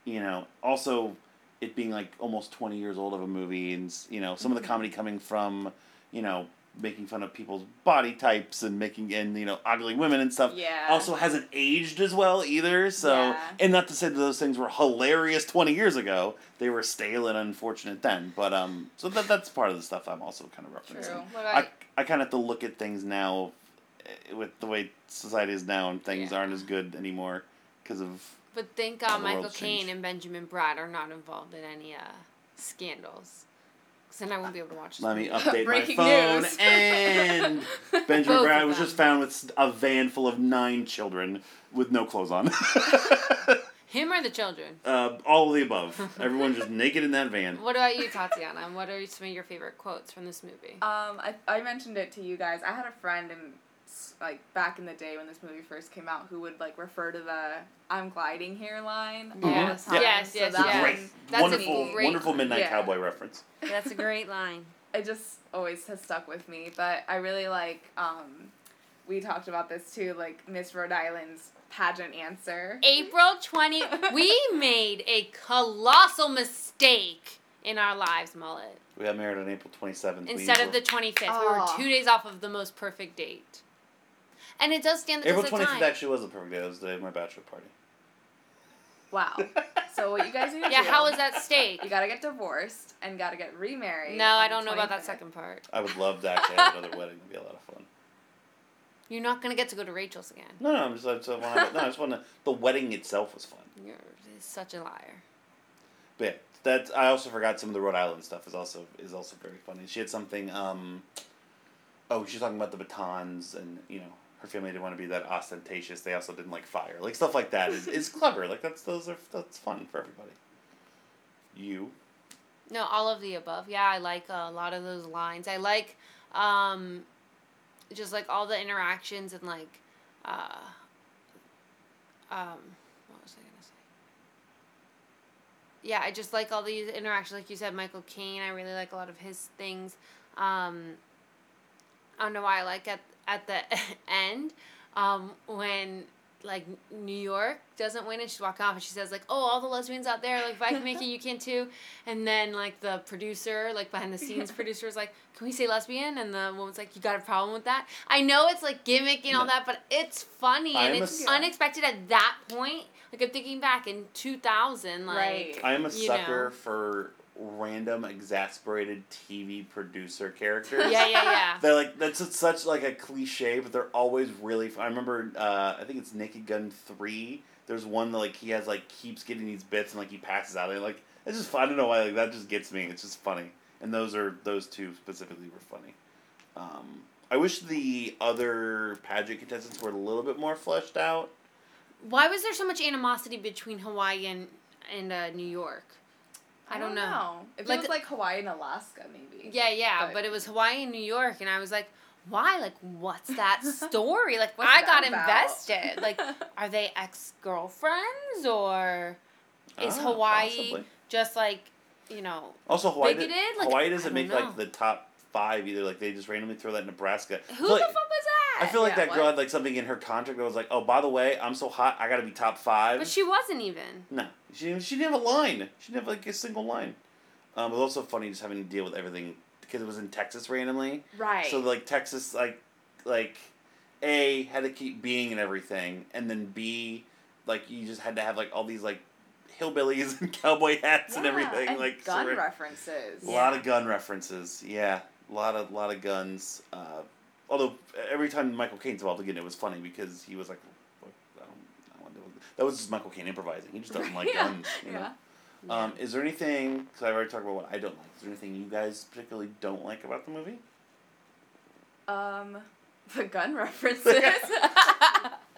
Speaker 2: you know. Also, it being like almost twenty years old of a movie, and you know some of the comedy coming from you know making fun of people's body types and making and you know ogling women and stuff.
Speaker 3: Yeah.
Speaker 2: Also hasn't aged as well either. So
Speaker 3: Yeah.
Speaker 2: and not to say that those things were hilarious twenty years ago. They were stale and unfortunate then. But um, so that that's part of the stuff I'm also kind of referencing.
Speaker 3: True.
Speaker 1: What
Speaker 2: I,
Speaker 1: about-
Speaker 2: I kind of have to look at things now eh, with the way society is now and things
Speaker 1: Yeah.
Speaker 2: aren't as good anymore because of
Speaker 1: but thank
Speaker 2: How
Speaker 1: God
Speaker 2: the
Speaker 1: Michael
Speaker 2: world's
Speaker 1: Caine
Speaker 2: changed.
Speaker 1: and Benjamin Bratt are not involved in any uh, scandals. Because then I won't be able to watch. this
Speaker 2: let me
Speaker 1: <laughs> movie.
Speaker 2: update my
Speaker 3: Breaking
Speaker 2: phone
Speaker 3: news.
Speaker 2: and
Speaker 1: <laughs>
Speaker 2: Benjamin
Speaker 1: Both
Speaker 2: Brad
Speaker 1: of
Speaker 2: was
Speaker 1: them.
Speaker 2: just found with s- a van full of nine children with no clothes on. <laughs>
Speaker 1: Him or the children.
Speaker 2: uh, all of the
Speaker 1: <laughs>
Speaker 2: above. Everyone just naked in that van.
Speaker 1: What about you, Tatiana? And What are some of your favorite quotes from this movie?
Speaker 3: Um, I, I mentioned it to you guys. I had a friend in s- like back in the day when this movie first came out who would like refer to the "I'm gliding here" line all the
Speaker 1: Mm-hmm. Yes,
Speaker 3: time.
Speaker 1: yes,
Speaker 3: so
Speaker 1: yes,
Speaker 3: that
Speaker 1: yes.
Speaker 2: Great.
Speaker 3: one-
Speaker 1: That's a
Speaker 2: wonderful,
Speaker 1: great-
Speaker 2: wonderful Midnight
Speaker 3: Yeah.
Speaker 2: Cowboy reference.
Speaker 1: That's a great line.
Speaker 3: it just always has stuck with me. But I really like. Um, we talked about this too, like Miss Rhode Island's pageant answer.
Speaker 1: April 20. We made a colossal mistake in our lives, Mullet.
Speaker 2: We got married on April 27th. We
Speaker 1: Instead of
Speaker 2: were-
Speaker 1: the 25th, we were
Speaker 3: Aw.
Speaker 1: two days off of the most perfect date. And it does stand the
Speaker 2: April
Speaker 1: test of
Speaker 2: 25th
Speaker 1: time.
Speaker 2: actually was the perfect day. It was the day of my bachelor party.
Speaker 3: Wow. so what you guys need to
Speaker 1: yeah,
Speaker 3: do?
Speaker 1: how is that steak?
Speaker 3: You gotta get divorced and gotta get remarried.
Speaker 1: No,
Speaker 3: on
Speaker 1: I
Speaker 3: the
Speaker 1: don't know about that
Speaker 3: 25th.
Speaker 1: second part.
Speaker 2: I would love to actually have
Speaker 1: <laughs>
Speaker 2: another wedding. It'd be a lot of fun.
Speaker 1: You're not going to get to go to Rachel's again.
Speaker 2: No, no, I'm just, I just want to. No, I just want to. The wedding itself was fun.
Speaker 1: You're such a liar.
Speaker 2: But yeah, that's. I also forgot some of the Rhode Island stuff is also is also very funny. She had something. um Oh, she's talking about the batons, and you know, her family didn't want to be that ostentatious. They also didn't like fire, like
Speaker 1: <laughs>
Speaker 2: stuff like that. Is is clever. Like that's those are that's fun for everybody. You
Speaker 1: No, all of the above. Yeah, I like uh, a lot of those lines. I like um, just like all the interactions and like uh, um, what was I gonna say? Yeah, I just like all these interactions. Like you said, Michael Caine. I really like a lot of his things. Um, I don't know why. I Like at at the <laughs> end, um, when like New York doesn't win and she's walking off and she says like, "Oh, all the lesbians out there, like if I can make it, you can too." And then like the producer, like behind the
Speaker 2: <laughs>
Speaker 1: scenes producer is like, "Can we say lesbian?" And the woman's like, "You got a problem with that?" I know it's like gimmick and all
Speaker 2: No.
Speaker 1: that, but it's funny
Speaker 2: I
Speaker 1: and
Speaker 2: am a
Speaker 1: it's
Speaker 2: s-
Speaker 1: unexpected at that point. Like I'm thinking back in 2000, like
Speaker 3: Right.
Speaker 2: I am a
Speaker 1: You
Speaker 2: sucker
Speaker 1: know.
Speaker 2: for random exasperated TV producer characters.
Speaker 1: yeah, yeah,
Speaker 3: <laughs>
Speaker 1: yeah.
Speaker 2: They're like that's just such like a cliche, but they're always really. Fun. I remember, uh, I think it's Naked Gun three. There's one that like he has like keeps getting these bits and like he passes out. And like it's just fun. I don't know why like that just gets me. It's just funny. And those are those two specifically were funny. Um, I wish the other pageant contestants were a little bit more fleshed out.
Speaker 1: Why was there so much animosity between Hawaii and and uh, New York? I don't know.
Speaker 3: If
Speaker 1: Like-
Speaker 3: it was like Hawaii and Alaska, maybe.
Speaker 1: Yeah, yeah,
Speaker 3: But-
Speaker 1: but it was Hawaii and New York, and I was like, why? Like, what's
Speaker 3: <laughs>
Speaker 1: that story? Like,
Speaker 3: What's
Speaker 1: I
Speaker 3: that
Speaker 1: got
Speaker 3: about?
Speaker 1: invested.
Speaker 3: <laughs>
Speaker 1: Like, are they ex girlfriends or is
Speaker 2: Ah,
Speaker 1: Hawaii
Speaker 2: possibly.
Speaker 1: just like, you know?
Speaker 2: Also, Hawaii, did-
Speaker 1: bigoted? Like,
Speaker 2: Hawaii
Speaker 1: I
Speaker 2: doesn't
Speaker 1: don't
Speaker 2: make
Speaker 1: know.
Speaker 2: like the top five either. Like they just randomly throw that Nebraska.
Speaker 1: Who
Speaker 2: Like,
Speaker 1: the fuck was that?
Speaker 2: I feel like
Speaker 3: Yeah,
Speaker 2: that girl
Speaker 3: what?
Speaker 2: had like something in her contract that was like, oh, by the way, I'm so hot, I gotta be top five.
Speaker 1: But she wasn't even.
Speaker 2: no, she didn't, she didn't have a line. She didn't have like a single line. Um, it was also funny just having to deal with everything because it was in Texas randomly.
Speaker 3: Right.
Speaker 2: So like Texas, like like a had to keep being and everything, and then B, like you just had to have like all these like hillbillies <laughs> and cowboy hats and
Speaker 3: Yeah,
Speaker 2: everything like
Speaker 3: gun
Speaker 2: surra-
Speaker 3: references.
Speaker 2: a lot of gun references. Yeah, a lot of lot of guns. Uh, although every time Michael Caine's involved again, it was funny because he was like, "Look, I don't, I don't want to deal with this." That was just Michael Caine improvising. He just doesn't like
Speaker 3: <laughs> Yeah,
Speaker 2: guns. You know?
Speaker 3: yeah.
Speaker 2: Um, is there anything? Because I already talked about what I don't like. Is there anything you guys particularly don't like about the movie?
Speaker 3: Um, <laughs> the gun references.
Speaker 2: <laughs>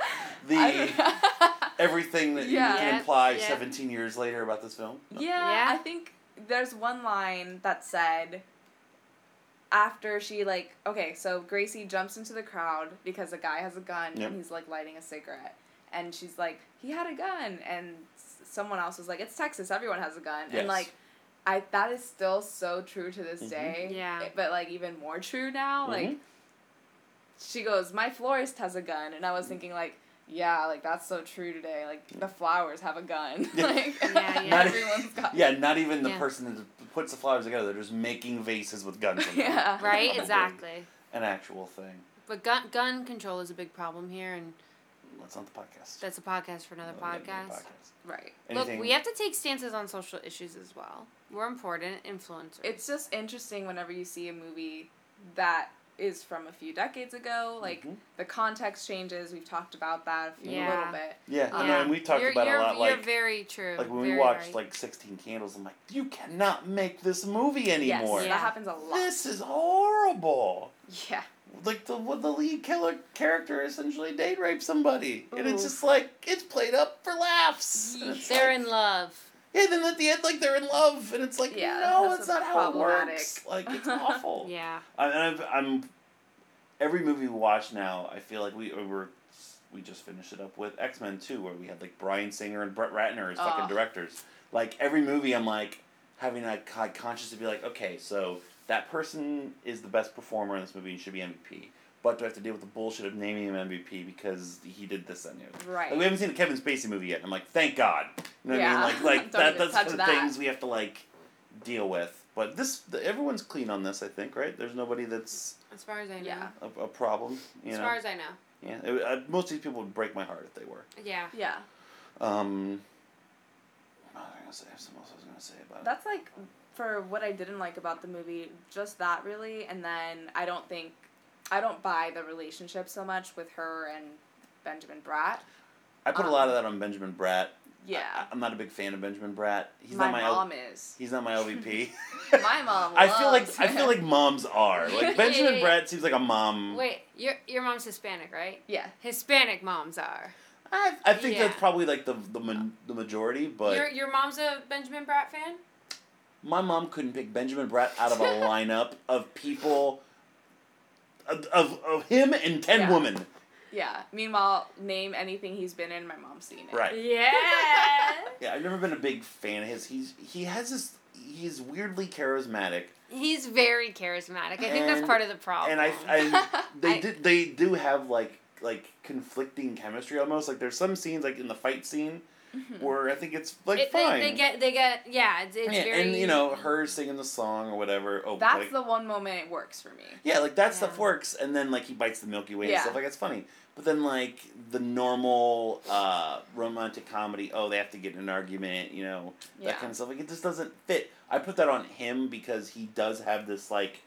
Speaker 3: <laughs>
Speaker 2: The
Speaker 3: I don't-
Speaker 2: <laughs> everything that you can
Speaker 3: Yeah.
Speaker 2: imply
Speaker 1: Yeah.
Speaker 2: seventeen years later about this film. No.
Speaker 3: Yeah,
Speaker 1: Yeah.
Speaker 3: I think there's one line that said after she like okay, so Gracie jumps into the crowd because a guy has a gun
Speaker 2: Yep.
Speaker 3: and he's like lighting a cigarette and she's like he had a gun and s- someone else was like it's Texas, everyone has a gun
Speaker 2: Yes.
Speaker 3: and like I that is still so true to this
Speaker 2: Mhm.
Speaker 3: day.
Speaker 1: Yeah.
Speaker 3: it- but like even more true now, like
Speaker 2: Mhm.
Speaker 3: she goes, "My florist has a gun." And I
Speaker 2: Mm-hmm.
Speaker 3: was thinking like yeah, like that's so true today. Like the flowers have a gun. <laughs>
Speaker 2: Yeah.
Speaker 3: like
Speaker 2: <laughs>
Speaker 1: Yeah, yeah.
Speaker 2: Not-
Speaker 3: everyone's <laughs> got
Speaker 2: Yeah, not even the
Speaker 1: Yeah.
Speaker 2: person that puts the flowers together. They're just making vases with guns. in them.
Speaker 3: <laughs> Yeah.
Speaker 2: It's
Speaker 1: Right?
Speaker 2: probably
Speaker 1: Exactly.
Speaker 2: An actual thing.
Speaker 1: But gun, gun control is a big problem here, and
Speaker 2: That's not the podcast.
Speaker 1: that's a podcast for another
Speaker 2: Well, we gotta do
Speaker 1: podcast.
Speaker 3: Right.
Speaker 2: Anything-
Speaker 1: Look, we have to take stances on social issues as well. We're important influencers.
Speaker 3: It's just interesting whenever you see a movie that is from a few decades ago. Like
Speaker 2: Mhm.
Speaker 3: the context changes. We've talked about that a, few, a
Speaker 1: Yeah.
Speaker 3: little bit.
Speaker 2: Yeah, I
Speaker 3: Um,
Speaker 2: know, and we talked
Speaker 1: you're,
Speaker 2: about it
Speaker 1: you're,
Speaker 2: a lot.
Speaker 1: you're
Speaker 2: Like,
Speaker 1: very true.
Speaker 2: like when we
Speaker 1: very
Speaker 2: watched
Speaker 1: right.
Speaker 2: like Sixteen Candles, I'm like, you cannot make this movie anymore.
Speaker 3: Yes,
Speaker 1: Yeah.
Speaker 3: that happens a lot.
Speaker 2: This is horrible.
Speaker 3: <laughs> Yeah.
Speaker 2: Like the what the lead killer character essentially date raped somebody, and it's
Speaker 3: Ooh.
Speaker 2: just like it's played up for laughs. And it's
Speaker 1: they're
Speaker 2: like-
Speaker 1: in love.
Speaker 2: yeah. Then at the end, like they're in love, and it's like
Speaker 3: Yeah,
Speaker 2: no,
Speaker 3: that's
Speaker 2: it's
Speaker 3: what's
Speaker 2: not how it
Speaker 3: problematic.
Speaker 2: works. Like
Speaker 1: <laughs>
Speaker 2: it's awful.
Speaker 1: Yeah.
Speaker 2: I, and I've, I'm every movie we watch now. I feel like we we were we just finished it up with X Men Two, where we had like Brian Singer and Brett Ratner as fucking
Speaker 3: Oh.
Speaker 2: directors. Like every movie, I'm like having that co- conscious to be like, okay, so that person is the best performer in this movie and should be MVP. But do I have to deal with the bullshit of naming him MVP because he did this and the other?
Speaker 3: Right.
Speaker 2: Like, we haven't seen a Kevin Spacey movie yet. and I'm like, thank God. You know what
Speaker 3: Yeah.
Speaker 2: I mean? Like, like
Speaker 3: <laughs> Don't
Speaker 2: that,
Speaker 3: even
Speaker 2: that's
Speaker 3: touch
Speaker 2: the
Speaker 3: that.
Speaker 2: things we have to like deal with. But this, the, everyone's clean on this, I think, right? There's nobody that's
Speaker 1: As far as I know.
Speaker 3: Yeah.
Speaker 2: a, a problem. You
Speaker 1: As
Speaker 2: know?
Speaker 1: far as I know.
Speaker 2: yeah. It, I, most of these people would break my heart if they were.
Speaker 1: Yeah.
Speaker 3: Yeah.
Speaker 2: Um. what was I gonna say? There's something else I was gonna say about it.
Speaker 3: That's like for what I didn't like about the movie, just that really. And then I don't think I don't buy the relationship so much with her and Benjamin Bratt.
Speaker 2: I put a
Speaker 3: um,
Speaker 2: lot of that on Benjamin Bratt.
Speaker 3: Yeah.
Speaker 2: I, am not a big fan of Benjamin Bratt. He's
Speaker 3: my,
Speaker 2: not my. L-
Speaker 3: mom
Speaker 2: <laughs>
Speaker 3: is.
Speaker 2: he's not my
Speaker 3: <laughs>
Speaker 2: LVP.
Speaker 3: My mom.
Speaker 2: I feel like
Speaker 3: loves
Speaker 2: I feel
Speaker 3: him. <laughs>
Speaker 2: like moms are like Benjamin
Speaker 1: Yeah, yeah, yeah.
Speaker 2: Bratt seems like a mom.
Speaker 1: Wait, your your mom's Hispanic, right?
Speaker 3: yeah.
Speaker 1: Hispanic moms are.
Speaker 2: I, I think
Speaker 1: Yeah.
Speaker 2: that's probably like the the, ma- the majority, but
Speaker 1: your your mom's a Benjamin Bratt fan?
Speaker 2: My mom couldn't pick Benjamin Bratt
Speaker 1: <laughs>
Speaker 2: out of a lineup of people, of, of, of him and 10
Speaker 3: Yeah.
Speaker 2: women.
Speaker 3: Yeah. Meanwhile, name anything he's been in, my mom's seen it.
Speaker 2: Right.
Speaker 1: Yeah.
Speaker 2: Yeah, I've never been a big fan of his. He's, he has this, he's weirdly charismatic.
Speaker 1: <laughs> He's very charismatic. I think that's
Speaker 2: And-
Speaker 1: part of the problem.
Speaker 2: and I,
Speaker 1: <laughs>
Speaker 2: I they
Speaker 1: I-
Speaker 2: did they do have like like conflicting chemistry almost like there's some scenes like in the fight scene where I think it's like
Speaker 1: Mm-hmm. It-
Speaker 2: fine
Speaker 1: they, they get they get yeah. It's, it's
Speaker 2: Yeah,
Speaker 1: very
Speaker 2: and you know her singing the song or whatever oh
Speaker 3: That's
Speaker 2: like,
Speaker 3: the one moment it works for me.
Speaker 2: yeah like
Speaker 1: Yeah.
Speaker 2: that stuff works and then like he bites the Milky Way
Speaker 3: Yeah.
Speaker 2: and stuff like it's funny but then like the normal uh, romantic comedy oh they have to get in an argument you know
Speaker 3: Yeah.
Speaker 2: that kind of stuff like it just doesn't fit I put that on him because he does have this like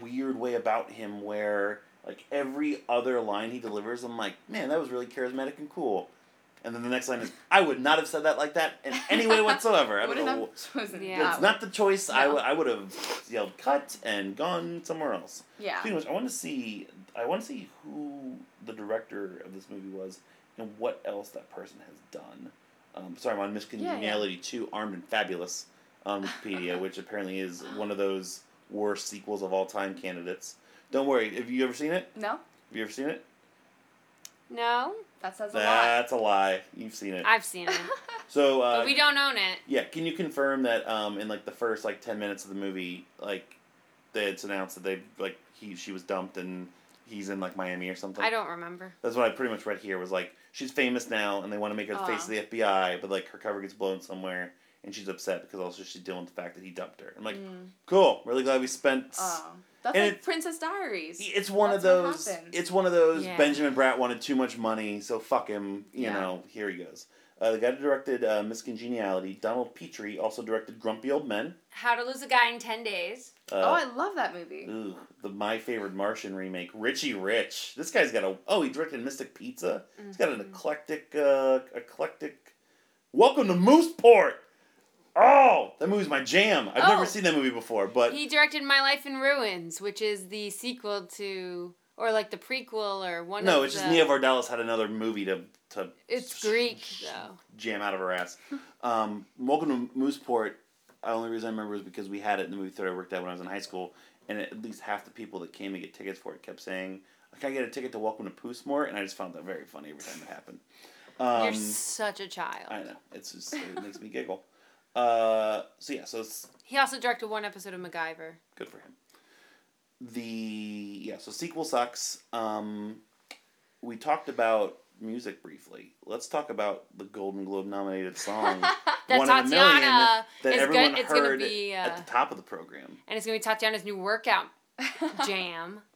Speaker 2: weird way about him where like every other line he delivers, I'm like, man, that was really charismatic and cool. And then the next line is, I would not have said that like that in any
Speaker 3: <laughs>
Speaker 2: way whatsoever. I don't
Speaker 3: Wouldn't
Speaker 2: know.
Speaker 3: have chosen
Speaker 1: Yeah.
Speaker 3: that
Speaker 2: It's not the choice. I I,
Speaker 3: No.
Speaker 2: w- I would have yelled cut and gone somewhere else.
Speaker 3: one. Yeah.
Speaker 2: Speaking of which, I want to see. I want to see who the director of this movie was and what else that person has done. Um, sorry, I'm on
Speaker 3: yeah.
Speaker 2: Miscongeniality Two: Armed and Fabulous on Wikipedia, which apparently is one of those worst sequels of all time candidates. Don't worry. Have you ever seen it?
Speaker 3: No,
Speaker 2: Have you ever seen it?
Speaker 1: no.
Speaker 3: that says a lot.
Speaker 2: That's a lie. You've seen it.
Speaker 1: I've seen
Speaker 2: <laughs>
Speaker 1: it,
Speaker 2: So uh,
Speaker 1: but we don't own it.
Speaker 2: Yeah, can you confirm that um, in like the first like ten minutes of the movie, like they it's announced that they like he she was dumped and he's in like Miami or something.
Speaker 1: I don't remember.
Speaker 2: That's what I pretty much read here was like she's famous now and they want to make her the face of
Speaker 3: Aw.
Speaker 2: the FBI, but like her cover gets blown somewhere and she's upset because also she's dealing with the fact that he dumped her. I'm like,
Speaker 3: Mm.
Speaker 2: cool, really glad we spent.
Speaker 3: Oh, that's
Speaker 2: And
Speaker 3: like
Speaker 2: it-
Speaker 3: Princess Diaries.
Speaker 2: It's one of
Speaker 3: That's what
Speaker 2: those.
Speaker 3: happened.
Speaker 2: It's one of those.
Speaker 1: Yeah.
Speaker 2: Benjamin Bratt wanted too much money, so fuck him. You
Speaker 3: Yeah.
Speaker 2: know, here he goes. Uh, the guy who directed uh, Miss Congeniality, Donald Petrie, also directed Grumpy Old Men.
Speaker 1: How to Lose a Guy in Ten Days.
Speaker 3: oh,
Speaker 2: Uh,
Speaker 3: I love that movie.
Speaker 2: ooh, the My Favorite Martian remake, Richie Rich. This guy's got a. Oh, he directed Mystic Pizza. He's got an eclectic, uh, eclectic. Welcome to Mooseport. Oh, that movie's my jam. I've
Speaker 3: Oh.
Speaker 2: never seen that movie before, but
Speaker 1: He directed My Life in Ruins, which is the sequel to, or like the prequel, or one.
Speaker 2: no,
Speaker 1: of
Speaker 2: it's just
Speaker 1: the-
Speaker 2: Nia Vardalos had another movie to to
Speaker 1: It's Greek though.
Speaker 2: jam out of her ass. Um, Welcome to Mooseport. The only reason I remember is because we had it in the movie theater I worked at when I was in high school, and at least half the people that came to get tickets for it kept saying, "I can I get a ticket to Welcome to Poosmore," and I just found that very funny every time it happened. Um,
Speaker 1: You're such a child.
Speaker 2: I know it's just it makes me giggle. Uh, so yeah, so it's
Speaker 1: He also directed one episode of MacGyver.
Speaker 2: good for him. The yeah, so sequel sucks. Um, we talked about music briefly. Let's talk about the Golden Globe nominated
Speaker 1: <laughs>
Speaker 2: song
Speaker 1: That
Speaker 2: One in a Million
Speaker 1: Tatiana
Speaker 2: that
Speaker 1: is
Speaker 2: everyone
Speaker 1: good- it's gonna
Speaker 2: heard
Speaker 1: be, uh,
Speaker 2: at the top of the program.
Speaker 1: And it's gonna be Tatiana's new workout
Speaker 2: <laughs>
Speaker 1: jam. <laughs>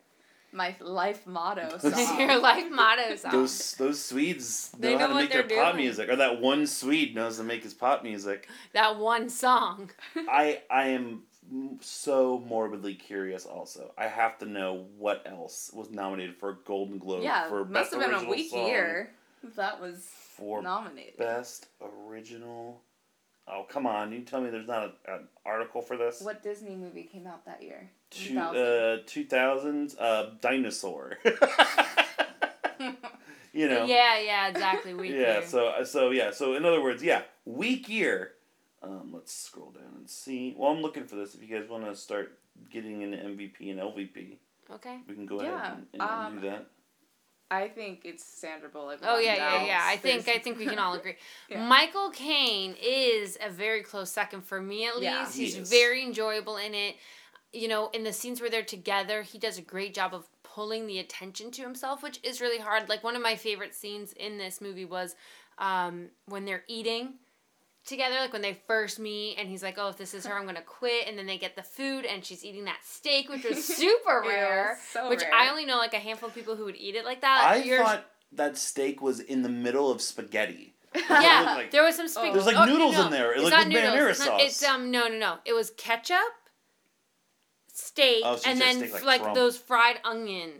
Speaker 3: My life motto song.
Speaker 1: Your life motto song.
Speaker 2: Those those Swedes know,
Speaker 1: Um, They
Speaker 2: how
Speaker 1: know
Speaker 2: to
Speaker 1: what
Speaker 2: make their
Speaker 1: they're
Speaker 2: pop
Speaker 1: doing.
Speaker 2: music, or that one Swede knows to make his
Speaker 1: <laughs>
Speaker 2: pop music.
Speaker 1: That one song.
Speaker 2: I I am so morbidly curious. Also, I have to know what else was nominated for a Golden Globe
Speaker 3: yeah,
Speaker 2: for best
Speaker 3: must have been a
Speaker 2: original
Speaker 3: weak
Speaker 2: song.
Speaker 3: year. That was
Speaker 2: for
Speaker 3: nominated.
Speaker 2: best original. Oh come on! You tell me there's not a, an article for this.
Speaker 3: What Disney movie came out that year?
Speaker 2: Two uh two thousands uh
Speaker 1: <laughs>
Speaker 2: dinosaur. you know.
Speaker 1: Yeah, yeah, exactly. We
Speaker 2: <laughs> Yeah.
Speaker 1: do.
Speaker 2: So uh, so yeah. So in other words, yeah, weak year. Um, let's scroll down and see. Well, I'm looking for this. If you guys want to start getting into MVP and LVP,
Speaker 1: okay.
Speaker 2: we can go
Speaker 3: Yeah,
Speaker 2: ahead and, and
Speaker 3: um,
Speaker 2: do that.
Speaker 3: I think it's Sandra Bullock.
Speaker 1: Oh yeah,
Speaker 3: without
Speaker 1: yeah, yeah. I
Speaker 3: doubts.
Speaker 1: think I
Speaker 3: There's-
Speaker 1: think we
Speaker 3: <laughs>
Speaker 1: can all agree.
Speaker 3: Yeah.
Speaker 1: Michael Caine is a very close second for me at least.
Speaker 3: Yeah.
Speaker 2: He
Speaker 1: He's
Speaker 2: is.
Speaker 1: very enjoyable in it. You know, in the scenes where they're together, he does a great job of pulling the attention to himself, which is really hard. Like one of my favorite scenes in this movie was um, when they're eating together, like when they first meet, and he's like, "Oh, if this is her, I'm gonna quit." And then they get the food, and she's eating that steak, which
Speaker 3: <laughs>
Speaker 1: was super
Speaker 3: Ew,
Speaker 1: rare.
Speaker 3: so
Speaker 1: which
Speaker 3: rare.
Speaker 1: I only know like a handful of people who would eat it like that.
Speaker 2: I
Speaker 1: uh, You're-
Speaker 2: thought that steak was in the middle of spaghetti. It
Speaker 1: yeah,
Speaker 2: looked like-
Speaker 1: there was some spaghetti.
Speaker 3: There's,
Speaker 2: like, noodles in there. It
Speaker 1: It's
Speaker 2: looked
Speaker 1: not
Speaker 2: with marinara
Speaker 1: It's, not- it's,
Speaker 2: sauce.
Speaker 1: um no no no. It was ketchup, steak,
Speaker 2: Oh, so you
Speaker 1: and
Speaker 2: said
Speaker 1: then
Speaker 2: steak
Speaker 1: like,
Speaker 2: like Trump.
Speaker 1: those fried onion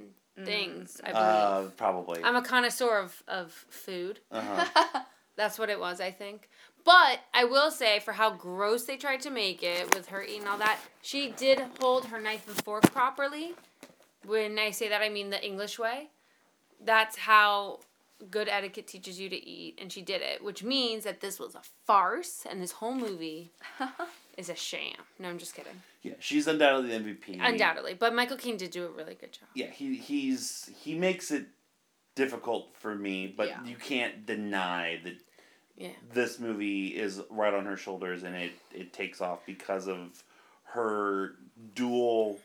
Speaker 1: things. I believe.
Speaker 2: Uh, probably.
Speaker 1: I'm a connoisseur of of food.
Speaker 2: uh-huh.
Speaker 1: That's what it was, I think. But I will say, for how gross they tried to make it with her eating all that, she did hold her knife and fork properly. When I say that, I mean the English way. That's how good etiquette teaches you to eat, and she did it, which means that this was a farce, and this whole
Speaker 2: <laughs>
Speaker 1: movie is a sham. No, I'm just kidding.
Speaker 2: Yeah, she's undoubtedly the MVP.
Speaker 1: Undoubtedly, but Michael Caine did do a really good job.
Speaker 2: Yeah, he he's he makes it difficult for me, but
Speaker 3: Yeah.
Speaker 2: you can't deny that
Speaker 1: Yeah.
Speaker 2: this movie is right on her shoulders and it, it takes off because of her dual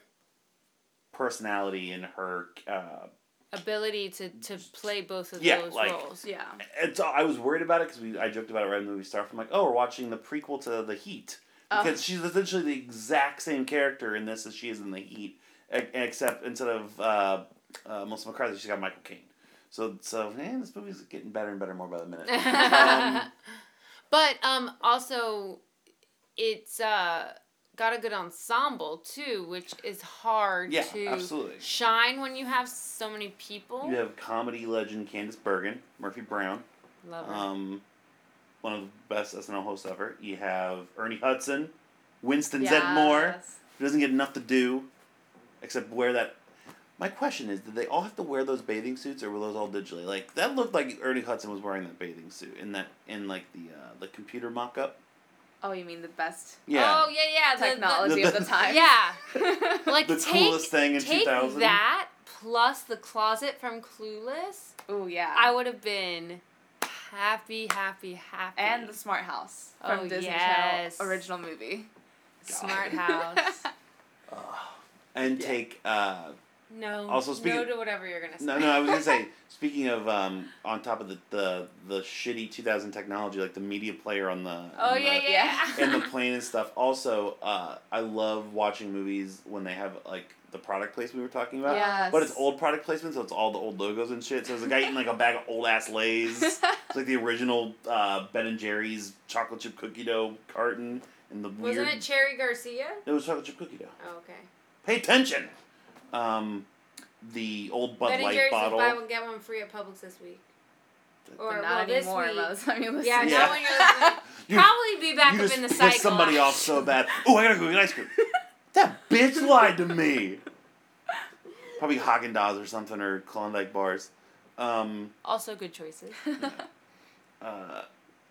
Speaker 2: personality and her uh,
Speaker 1: Ability to to play both of
Speaker 2: Yeah,
Speaker 1: those
Speaker 2: like-
Speaker 1: roles.
Speaker 3: Yeah.
Speaker 2: it's, I was worried about it because I joked about it right in the movie started. I'm like, oh, we're watching the prequel to The Heat because she's essentially the exact same character in this as she is in The Heat, e- except instead of uh, uh, Melissa McCarthy, she's got Michael Caine. So so man, this movie's getting better and better more by the minute. um,
Speaker 1: But um also it's uh got a good ensemble too, which is hard
Speaker 2: Yeah,
Speaker 1: to
Speaker 2: absolutely.
Speaker 1: shine when you have so many people.
Speaker 2: you have comedy legend Candice Bergen, Murphy Brown,
Speaker 1: Love it.
Speaker 2: um, one of the best SNL hosts ever. You have Ernie Hudson, Winston Zedmore.
Speaker 3: Yes.
Speaker 2: He doesn't get enough to do, except wear that. My question is, did they all have to wear those bathing suits, or were those all digitally? Like that looked like Ernie Hudson was wearing that bathing suit in that in like the uh, the computer mock up.
Speaker 3: Oh, you mean the best
Speaker 2: Yeah.
Speaker 1: Oh yeah, yeah. <laughs> the- the-
Speaker 3: technology of the time? <laughs>
Speaker 1: yeah. Like
Speaker 2: <laughs> The
Speaker 1: take,
Speaker 2: coolest thing in
Speaker 1: take
Speaker 2: 2000.
Speaker 1: that plus the closet from Clueless.
Speaker 3: Ooh, yeah.
Speaker 1: I would have been happy, happy, happy.
Speaker 3: and the Smart House from
Speaker 1: Oh,
Speaker 3: Disney
Speaker 1: yes.
Speaker 3: Channel original movie.
Speaker 1: smart
Speaker 3: <laughs>
Speaker 1: house.
Speaker 2: And take uh,
Speaker 1: No.
Speaker 2: Also, speaking-
Speaker 1: no to whatever you're gonna say.
Speaker 2: no no I was gonna say speaking of um, on top of the, the the shitty two thousand technology like the media player on the
Speaker 1: Oh
Speaker 2: on
Speaker 1: yeah,
Speaker 2: the-
Speaker 1: yeah. yeah.
Speaker 2: and the plane and stuff. Also, uh, I love watching movies when they have like the product placement we were talking about.
Speaker 3: Yes.
Speaker 2: But it's old product placement, so it's all the old logos and shit. So there's a guy eating like a bag of old ass Lay's. It's like the original uh, Ben and Jerry's chocolate chip cookie dough carton and the weird.
Speaker 1: <laughs> Wasn't it Cherry Garcia?
Speaker 2: it was chocolate chip cookie dough.
Speaker 1: Oh, okay.
Speaker 2: Pay attention. Um, the old Bud
Speaker 1: Ben and
Speaker 2: Light
Speaker 1: Jerry's was
Speaker 2: bottle.
Speaker 1: buy one get one free at Publix this week. Or
Speaker 3: But
Speaker 1: well,
Speaker 3: not anymore
Speaker 1: this
Speaker 3: by the
Speaker 1: week.
Speaker 3: time you listen.
Speaker 1: <laughs> Yeah,
Speaker 2: Yeah.
Speaker 1: not when you're listening.
Speaker 2: <laughs> You-
Speaker 1: probably be back
Speaker 2: you
Speaker 1: up
Speaker 2: just
Speaker 1: in the
Speaker 2: pissed
Speaker 1: cycle.
Speaker 2: somebody off
Speaker 1: <laughs>
Speaker 2: so bad. Oh, I gotta go get ice cream. that bitch lied to me. Probably Haagen Dazs or something or Klondike bars. Um,
Speaker 1: Also, good choices.
Speaker 2: uh,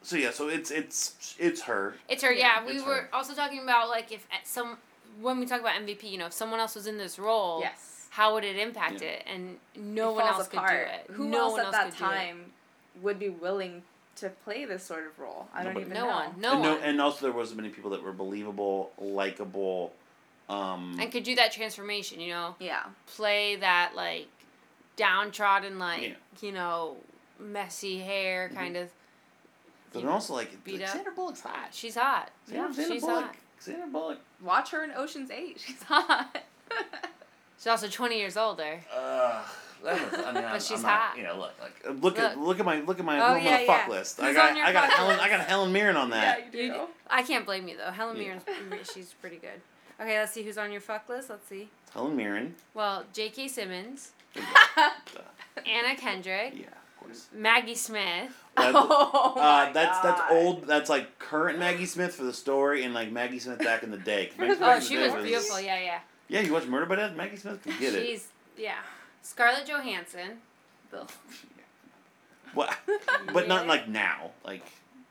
Speaker 2: so yeah, so it's it's it's her.
Speaker 1: <laughs> It's her. Yeah, we
Speaker 2: it's
Speaker 1: were
Speaker 2: her.
Speaker 1: also talking about like if at some when we talk about MVP, you know, if someone else was in this <laughs> role,
Speaker 3: <laughs> Yes.
Speaker 1: how would it impact
Speaker 2: Yeah.
Speaker 1: it? And
Speaker 3: It
Speaker 1: no one
Speaker 3: falls
Speaker 1: else
Speaker 3: apart.
Speaker 1: could do it.
Speaker 3: Who
Speaker 1: no
Speaker 3: else
Speaker 1: one
Speaker 3: at
Speaker 1: else
Speaker 3: that
Speaker 1: could do it.
Speaker 3: time would be willing to play this sort of role? I don't
Speaker 2: Nobody.
Speaker 3: even
Speaker 1: No
Speaker 3: know.
Speaker 1: one. No
Speaker 2: and,
Speaker 1: one.
Speaker 2: no, and also there wasn't many people that were believable, likable. Um,
Speaker 1: and could do that transformation. You know,
Speaker 3: Yeah.
Speaker 1: play that like downtrodden, like
Speaker 2: Yeah. Mm-hmm.
Speaker 1: you know, messy hair kind of.
Speaker 2: but then also like,
Speaker 1: beat up.
Speaker 2: like Sandra Bullock's hot.
Speaker 1: Hot. She's hot.
Speaker 2: Sandra,
Speaker 1: she's
Speaker 2: Sandra Bullock.
Speaker 1: hot.
Speaker 2: Sandra Bullock.
Speaker 3: Watch her in Ocean's Eight. <laughs> She's hot.
Speaker 2: <laughs>
Speaker 1: She's also twenty years older.
Speaker 2: Ugh,
Speaker 1: <laughs>
Speaker 2: that was, I mean, I'm-
Speaker 1: she's
Speaker 2: I'm not-
Speaker 1: hot.
Speaker 2: You know, look, look, look at
Speaker 1: Look.
Speaker 2: look at my look at my
Speaker 1: Oh,
Speaker 2: little
Speaker 1: yeah,
Speaker 2: motherfuck
Speaker 1: yeah.
Speaker 2: list. I
Speaker 1: Who's
Speaker 2: got
Speaker 1: on your
Speaker 2: I got
Speaker 1: fuck
Speaker 2: Helen
Speaker 1: list?
Speaker 2: I got Helen Mirren on that.
Speaker 3: yeah, you do.
Speaker 1: <laughs> I can't blame you though. Helen
Speaker 2: Yeah.
Speaker 1: Mirren's she's pretty good. Okay, let's see who's on your fuck list. Let's see.
Speaker 2: Helen Mirren.
Speaker 1: Well, J.K. Simmons, Anna Kendrick,
Speaker 2: Yeah, of course.
Speaker 1: Maggie Smith. <laughs>
Speaker 2: That-
Speaker 3: Oh
Speaker 2: uh,
Speaker 3: my
Speaker 2: that's that's
Speaker 3: God.
Speaker 2: old. That's like current Maggie Smith for the story, and like Maggie Smith back in the
Speaker 1: <laughs>
Speaker 2: day. 'Cause Maggie Smith
Speaker 1: Oh,
Speaker 2: back in
Speaker 1: she
Speaker 2: the day
Speaker 1: was beautiful. Yeah, yeah.
Speaker 2: Yeah, you watch Murder by Death. Maggie Smith could get it.
Speaker 1: She's yeah. Scarlett Johansson.
Speaker 3: Ugh.
Speaker 1: <laughs>
Speaker 2: What? But not like now. Like,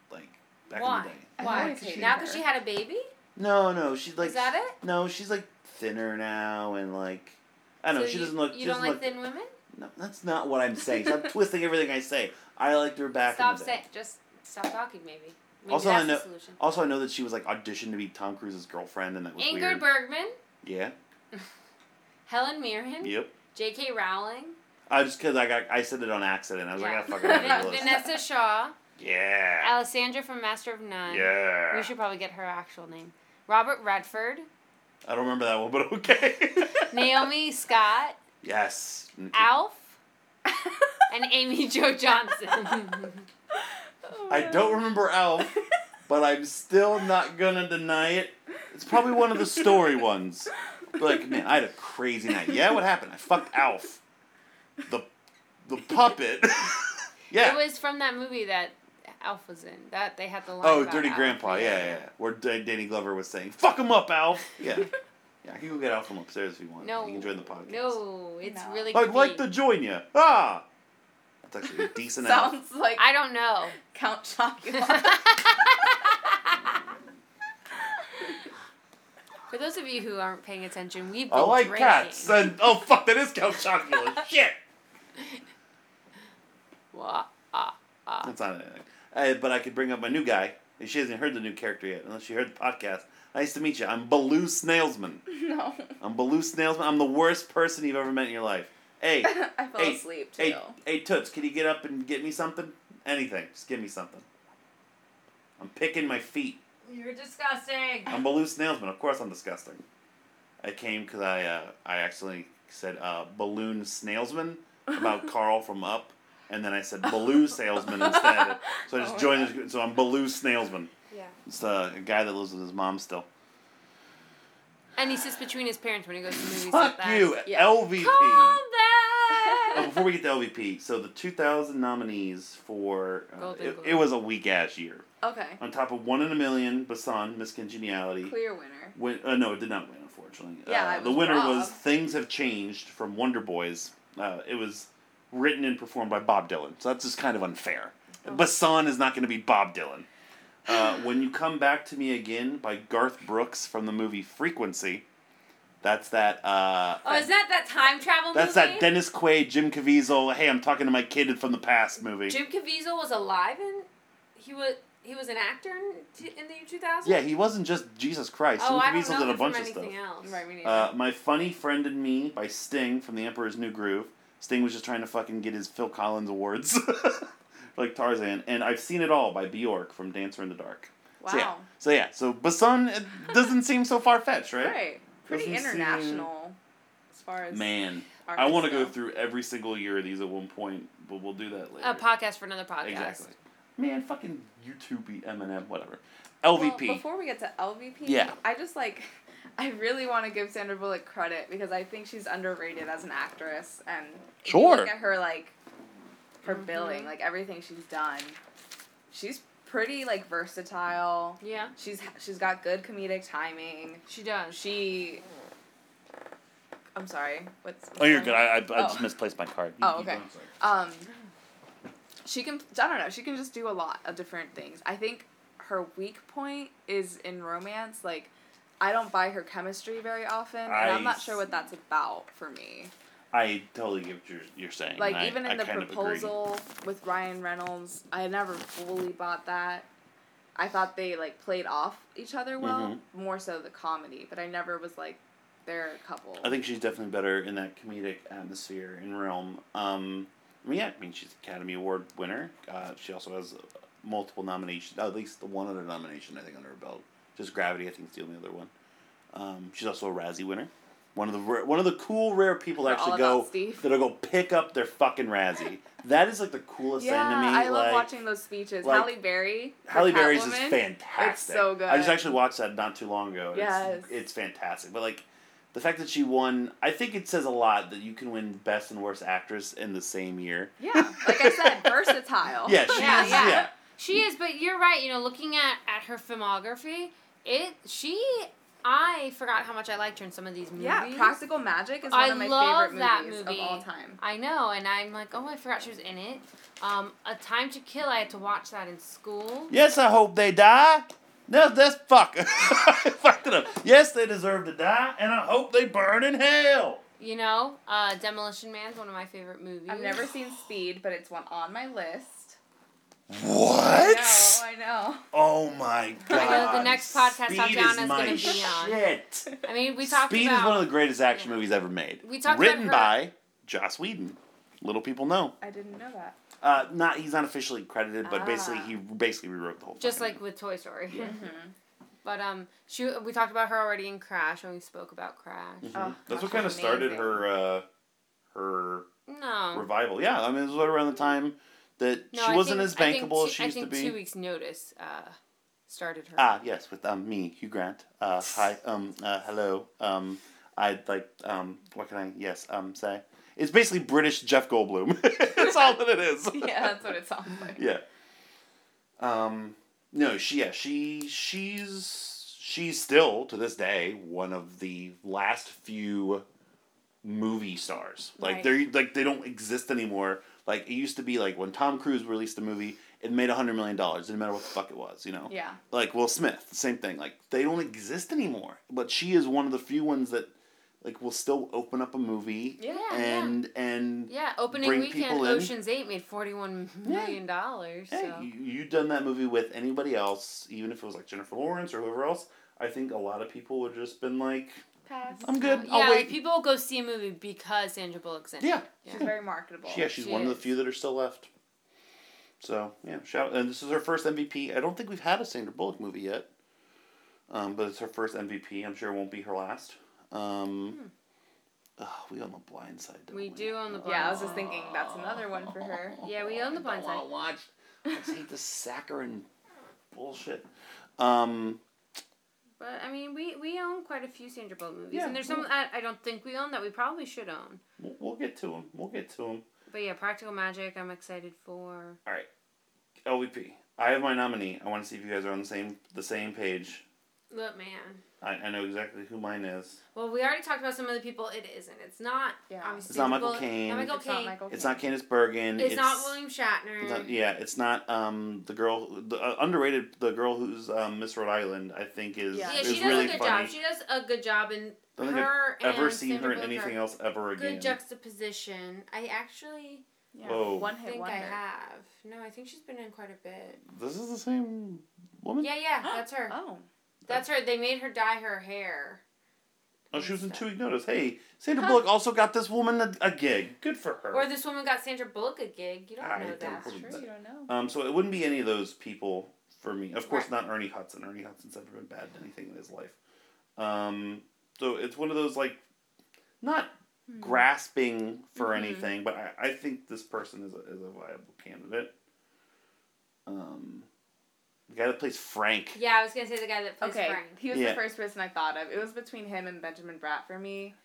Speaker 2: like back in
Speaker 1: Why?
Speaker 2: the day.
Speaker 3: I
Speaker 1: Why?
Speaker 3: always hated
Speaker 1: Now because
Speaker 3: her.
Speaker 1: she had a baby.
Speaker 2: No, no, she's like.
Speaker 1: Is that it?
Speaker 2: No, she's like thinner now, and like. I don't know.
Speaker 1: So
Speaker 2: she
Speaker 1: you-
Speaker 2: doesn't look.
Speaker 1: You
Speaker 2: she
Speaker 1: don't
Speaker 2: doesn't
Speaker 1: like
Speaker 2: look,
Speaker 1: thin women.
Speaker 2: No, that's not what I'm saying.
Speaker 1: <laughs>
Speaker 2: Stop twisting everything I say. I liked her back in
Speaker 1: Stop
Speaker 2: the day.
Speaker 1: saying. Just stop talking, maybe. Maybe
Speaker 2: Also,
Speaker 1: that's
Speaker 2: I know.
Speaker 1: the solution.
Speaker 2: Also, I know that she was like auditioned to be Tom Cruise's girlfriend, and that was
Speaker 1: Ingrid
Speaker 2: weird.
Speaker 1: Bergman,
Speaker 2: yeah.
Speaker 1: Helen Mirren,
Speaker 2: Yep.
Speaker 1: J.K. Rowling,
Speaker 2: I just because I got I said it on accident. I was
Speaker 1: yeah.
Speaker 2: like, I fucking have
Speaker 1: Vin- <laughs>
Speaker 2: a list.
Speaker 1: Vanessa Shaw,
Speaker 2: Yeah.
Speaker 1: Alessandra from Master of None.
Speaker 2: Yeah.
Speaker 1: Um, We should probably get her actual name. Robert Redford,
Speaker 2: I don't remember that one, but okay.
Speaker 1: <laughs> Naomi Scott,
Speaker 2: yes.
Speaker 1: Alf, and Amy Jo
Speaker 2: <laughs>
Speaker 1: Johnson.
Speaker 2: I don't remember Alf, but I'm still not gonna deny it. It's probably one of the story ones. Like, man, I had a crazy night. Yeah, what happened? I fucked Alf. The the puppet. <laughs> yeah.
Speaker 1: It was from that movie that Alf was in. That they had the line.
Speaker 2: Oh,
Speaker 1: about
Speaker 2: Dirty
Speaker 1: Alf.
Speaker 2: Grandpa, yeah, yeah, yeah. Where D- Danny Glover was saying, "Fuck him up, Alf." Yeah, yeah. I can go get Alf from upstairs if you want.
Speaker 1: No.
Speaker 2: you can join the podcast.
Speaker 1: No, it's
Speaker 3: No.
Speaker 1: really.
Speaker 2: I'd like to
Speaker 1: creepy.
Speaker 2: join you. Ah! It's actually a decent hour.
Speaker 3: Sounds like
Speaker 1: I don't know.
Speaker 3: Count Chocula. <laughs>
Speaker 1: For those of you who aren't paying attention, we've been
Speaker 2: I like
Speaker 1: drinking.
Speaker 2: cats. And oh fuck, that is
Speaker 1: <laughs>
Speaker 2: Count Chocula. Shit.
Speaker 1: Wah, ah, ah.
Speaker 2: That's not anything. Uh, but I could bring up my new guy. And she hasn't heard the new character yet, unless she heard the podcast. Nice to meet you. I'm Baloo Snailsman.
Speaker 1: <laughs>
Speaker 3: no.
Speaker 2: I'm Baloo Snailsman. I'm the worst person you've ever met in your life.
Speaker 1: <laughs>
Speaker 2: Hey,
Speaker 3: I fell
Speaker 2: hey,
Speaker 3: asleep too.
Speaker 2: hey, hey, Toots, can you get up and get me something? Anything. Just give me something. I'm picking my feet.
Speaker 1: You're disgusting.
Speaker 2: I'm Baloo Snailsman. Of course, I'm disgusting. I came because I uh, I accidentally said uh, balloon snailsman
Speaker 3: <laughs>
Speaker 2: about Carl from Up, and then I said Baloo salesman instead. So I just
Speaker 3: Oh my
Speaker 2: joined. This, so I'm Baloo snailsman.
Speaker 1: Yeah.
Speaker 2: It's uh, a guy that lives with his mom still.
Speaker 1: And he sits between his parents when he goes to movies
Speaker 2: Fuck
Speaker 1: like that.
Speaker 2: you,
Speaker 3: Yeah.
Speaker 2: LVP.
Speaker 1: Come
Speaker 2: Oh, <laughs>
Speaker 1: back.
Speaker 2: before we get to LVP, so the 2000 nominees for uh,
Speaker 1: Golden
Speaker 2: it,
Speaker 1: Globe.
Speaker 2: it was a weak ass year.
Speaker 3: Okay.
Speaker 2: On top of One in a Million, Basan, Miss Congeniality.
Speaker 3: Clear winner.
Speaker 2: Win, uh, no, it did not win, unfortunately.
Speaker 3: Yeah,
Speaker 2: Uh,
Speaker 3: I
Speaker 2: the
Speaker 3: was
Speaker 2: winner
Speaker 3: wrong.
Speaker 2: was "Things Have Changed" from Wonder Boys. Uh, it was written and performed by Bob Dylan, so that's just kind of unfair.
Speaker 1: Oh.
Speaker 2: Basan is not going to be Bob Dylan.
Speaker 1: <laughs>
Speaker 2: Uh, when you come back to me again by Garth Brooks from the movie Frequency. That's that. Uh,
Speaker 1: Oh, is that that time travel
Speaker 2: that's
Speaker 1: movie?
Speaker 2: that Dennis Quaid, Jim Caviezel. Hey, I'm talking to my kid from the past movie.
Speaker 1: Jim Caviezel was alive and he was he was an actor in, t- in the year 2000.
Speaker 2: yeah, he wasn't just Jesus Christ.
Speaker 1: Oh, I
Speaker 2: Jim
Speaker 1: don't
Speaker 2: Caviezel
Speaker 1: know
Speaker 2: did a
Speaker 1: him from
Speaker 2: bunch of
Speaker 1: anything
Speaker 2: stuff.
Speaker 1: else.
Speaker 3: Right, we need
Speaker 2: Uh, My Funny Friend and Me by Sting from The Emperor's New Groove. Sting was just trying to fucking get his Phil Collins awards, <laughs> like Tarzan. And I've Seen It All by Bjork from Dancer in the Dark.
Speaker 3: Wow.
Speaker 2: So yeah, so, yeah. so Basan it doesn't seem so far fetched, right?
Speaker 3: Right. Pretty
Speaker 2: Doesn't seem-
Speaker 3: international as far as
Speaker 2: Man, I
Speaker 3: artists
Speaker 2: want to go
Speaker 3: go.
Speaker 2: through every single year of these at one point, but we'll do that later.
Speaker 1: A podcast for another podcast.
Speaker 2: exactly. Man, fucking YouTube beat Eminem, whatever. LVP.
Speaker 3: Well, before we get to LVP,
Speaker 2: Yeah.
Speaker 3: I just like, <laughs> I really want to give Sandra Bullock credit because I think she's underrated as an actress, and if you
Speaker 2: Sure.
Speaker 3: look at her like, her billing, like everything she's done, she's pretty like versatile.
Speaker 1: Yeah,
Speaker 3: She's she's got good comedic timing.
Speaker 1: she does.
Speaker 3: She, I'm sorry, what's?
Speaker 2: oh, you're good. I, I, I just
Speaker 3: Oh.
Speaker 2: misplaced my card. You
Speaker 3: Oh,
Speaker 2: keep
Speaker 3: okay.
Speaker 2: going, sorry.
Speaker 3: Um, she can. I don't know. She can just do a lot of different things. I think her weak point is in romance. Like, I don't buy her chemistry very often, and I, am
Speaker 2: I
Speaker 3: not sure what that's about for me.
Speaker 2: I totally get what you're, you're saying.
Speaker 3: Like,
Speaker 2: I-
Speaker 3: even in
Speaker 2: I
Speaker 3: the
Speaker 2: kind of agree.
Speaker 3: proposal with Ryan Reynolds, I never fully bought that. I thought they like played off each other well,
Speaker 2: Mm-hmm.
Speaker 3: more so the comedy, but I never was like they're a couple.
Speaker 2: I think she's definitely better in that comedic atmosphere and realm. Um, I mean, yeah, I mean, she's an Academy Award winner. Uh, she also has uh, multiple nominations, at least the one other nomination, I think, under her belt. Just Gravity, I think, is the only other one. Um, she's also a Razzie winner. One of the rare, one of the cool rare people that
Speaker 3: We're all
Speaker 2: actually go
Speaker 3: about Steve.
Speaker 2: that'll go pick up their fucking Razzie. That is like the coolest
Speaker 3: yeah,
Speaker 2: thing to me.
Speaker 3: I love
Speaker 2: like,
Speaker 3: watching those speeches.
Speaker 2: like,
Speaker 3: Halle Berry, her
Speaker 2: Halle Berry's is
Speaker 3: Catwoman,
Speaker 2: fantastic.
Speaker 3: It's so good.
Speaker 2: I just actually watched that not too long ago. and
Speaker 3: Yes.
Speaker 2: It's, it's fantastic. But like the fact that she won, I think it says a lot that you can win best and worst actress in the same year.
Speaker 3: Yeah, like I said,
Speaker 2: <laughs>
Speaker 3: versatile.
Speaker 2: Yeah, she
Speaker 1: Yeah,
Speaker 2: is.
Speaker 1: yeah.
Speaker 2: Yeah.
Speaker 1: She
Speaker 2: Hmm.
Speaker 1: is, but you're right. You know, looking at at her filmography, it she I forgot how much I liked her in some of these movies.
Speaker 3: Yeah, Practical Magic is one
Speaker 1: I
Speaker 3: of my
Speaker 1: love
Speaker 3: favorite
Speaker 1: that
Speaker 3: movies
Speaker 1: movie.
Speaker 3: of all time.
Speaker 1: I know, and I'm like, oh, I forgot she was in it. Um, A Time to Kill. I had to watch that in school.
Speaker 2: Yes, I hope they die. No, that's fuck. <laughs> I fucked it up. Yes, they deserve to die, and I hope they burn in hell.
Speaker 1: You know, uh, Demolition Man's one of my favorite movies.
Speaker 3: I've never seen Speed, but it's one on my <laughs> list.
Speaker 2: What?
Speaker 3: No, I know.
Speaker 2: Oh my god.
Speaker 1: the next podcast
Speaker 2: Speed
Speaker 1: Tatiana's
Speaker 2: is
Speaker 1: gonna
Speaker 2: my
Speaker 1: be on.
Speaker 2: Shit.
Speaker 1: I mean, we talked
Speaker 2: Speed
Speaker 1: about.
Speaker 2: is one of the greatest action movies ever made.
Speaker 1: We talked about
Speaker 2: written
Speaker 1: her-
Speaker 2: by Joss Whedon. Little people know.
Speaker 3: I didn't know that.
Speaker 2: Uh, not he's not officially credited, but basically
Speaker 3: Ah.
Speaker 2: he basically rewrote the whole.
Speaker 1: just
Speaker 2: fucking
Speaker 1: like with Toy Story.
Speaker 3: Mm-hmm.
Speaker 1: <laughs> But um, she we talked about her already in Crash, and we spoke about Crash.
Speaker 3: Oh,
Speaker 2: thing. that's
Speaker 3: gosh,
Speaker 2: what kind of started
Speaker 3: amazing.
Speaker 2: her uh, her
Speaker 1: No,
Speaker 2: revival. Yeah, I mean it was right around the time that
Speaker 1: no,
Speaker 2: she
Speaker 1: I
Speaker 2: wasn't
Speaker 1: think-
Speaker 2: as
Speaker 1: I
Speaker 2: bankable
Speaker 1: think two,
Speaker 2: as she
Speaker 1: I
Speaker 2: used
Speaker 1: think
Speaker 2: to be.
Speaker 1: Two weeks notice uh, started her.
Speaker 2: Ah, yes, with um, me, Hugh Grant.
Speaker 1: <laughs>
Speaker 2: Uh, hi, um, uh, hello. Um, I'd like, um, what can I, yes, um, say? It's basically British Jeff Goldblum. <laughs> that's all that
Speaker 1: <laughs>
Speaker 2: it is.
Speaker 3: <laughs> Yeah, that's what it sounds like.
Speaker 2: Yeah. Um. No, she. Yeah, she. She's. She's still to this day one of the last few movie stars. Like
Speaker 3: Right.
Speaker 2: they're like they don't exist anymore. Like it used to be like when Tom Cruise released a movie, it made a hundred million dollars, didn't matter what the fuck it was, you know.
Speaker 3: Yeah.
Speaker 2: Like Will Smith, same thing. Like they don't exist anymore. But she is one of the few ones that, like, will still open up a movie.
Speaker 3: Yeah,
Speaker 1: yeah.
Speaker 2: And and
Speaker 1: Yeah, opening
Speaker 2: bring
Speaker 1: weekend,
Speaker 2: people in.
Speaker 1: Ocean's Eight made forty-one million dollars.
Speaker 2: Hey,
Speaker 1: so.
Speaker 2: you, you done that movie with anybody else, even if it was like Jennifer Lawrence or whoever else, I think a lot of people would just been like,
Speaker 3: Pass.
Speaker 2: I'm good.
Speaker 1: yeah,
Speaker 2: I'll
Speaker 1: like,
Speaker 2: wait.
Speaker 1: people go see a movie because Sandra Bullock's in it.
Speaker 2: Yeah.
Speaker 3: She's very marketable.
Speaker 2: yeah, she's
Speaker 1: She
Speaker 2: one of the
Speaker 1: is.
Speaker 2: few that are still left. So yeah, shout and this is her first MVP. I don't think we've had a Sandra Bullock movie yet, um, but it's her first MVP. I'm sure it won't be her last. Um, ugh, we on the blind side. don't
Speaker 1: Hmm. We do on the blind
Speaker 3: Yeah, I was
Speaker 1: side.
Speaker 3: just thinking that's another one for her.
Speaker 1: Yeah, we own the blind
Speaker 2: I
Speaker 1: side.
Speaker 2: want to watch. I just
Speaker 1: <laughs>
Speaker 2: hate this saccharine bullshit. Um,
Speaker 1: But I mean, we, we own quite a few Sandra Bullock movies,
Speaker 2: Yeah,
Speaker 1: and there's some I, I don't think we own that we probably should own.
Speaker 2: we'll, we'll get to him. We'll get to him.
Speaker 1: But yeah, Practical Magic, I'm excited for.
Speaker 2: All right, LVP. I have my nominee. I want to see if you guys are on the same the same page.
Speaker 1: Look, man.
Speaker 2: I, I know exactly who mine is.
Speaker 1: Well, we already talked about some of the people it isn't. It's not.
Speaker 3: Yeah.
Speaker 1: Obviously
Speaker 2: It's not
Speaker 1: Sandra
Speaker 2: Michael
Speaker 1: Bullock-
Speaker 2: Caine.
Speaker 1: Not Michael
Speaker 3: It's not
Speaker 1: Caine.
Speaker 3: Michael
Speaker 2: It's
Speaker 3: Caine.
Speaker 2: not Candice Bergen.
Speaker 1: It's, not William Shatner.
Speaker 2: it's not- yeah, it's not um the girl who- the uh, underrated the girl who's um, Miss Rhode Island. I think is
Speaker 3: Yeah.
Speaker 1: Yeah,
Speaker 2: is
Speaker 1: she does
Speaker 2: really
Speaker 1: a good
Speaker 2: funny.
Speaker 1: job. She does a good job, and
Speaker 2: Don't think
Speaker 1: her
Speaker 2: I've ever
Speaker 1: and
Speaker 2: seen
Speaker 1: Sandra
Speaker 2: her in
Speaker 1: Bullock
Speaker 2: anything
Speaker 1: are
Speaker 2: else ever again.
Speaker 1: Good juxtaposition. I actually
Speaker 3: Yeah.
Speaker 2: Whoa.
Speaker 3: One hit
Speaker 1: think
Speaker 3: wonder.
Speaker 1: I have. No, I think she's been in quite a bit.
Speaker 2: This is the same woman.
Speaker 1: Yeah,
Speaker 3: <gasps>
Speaker 1: yeah, that's her.
Speaker 3: Oh.
Speaker 1: That's her. They made her dye her hair.
Speaker 2: Oh, she was in two week notice. Hey, Sandra Bullock also got this woman a, a gig. Good for her.
Speaker 1: Or this woman got Sandra Bullock a gig. You don't
Speaker 2: I
Speaker 1: know
Speaker 2: don't
Speaker 1: that.
Speaker 3: Sure,
Speaker 2: believe that.
Speaker 3: you don't know.
Speaker 2: Um, so it wouldn't be any of those people for me. Of course,
Speaker 1: Right.
Speaker 2: not Ernie Hudson. Ernie Hudson's never been bad at anything in his life. Um, so it's one of those like, not
Speaker 1: Hmm.
Speaker 2: grasping for
Speaker 1: Mm-hmm.
Speaker 2: anything, but I, I think this person is a, is a viable candidate. Um, the guy that plays Frank.
Speaker 1: Yeah, I was gonna say the guy that plays
Speaker 3: Okay,
Speaker 1: Frank.
Speaker 3: he was
Speaker 2: Yeah.
Speaker 3: the first person I thought of. It was between him and Benjamin Bratt for me,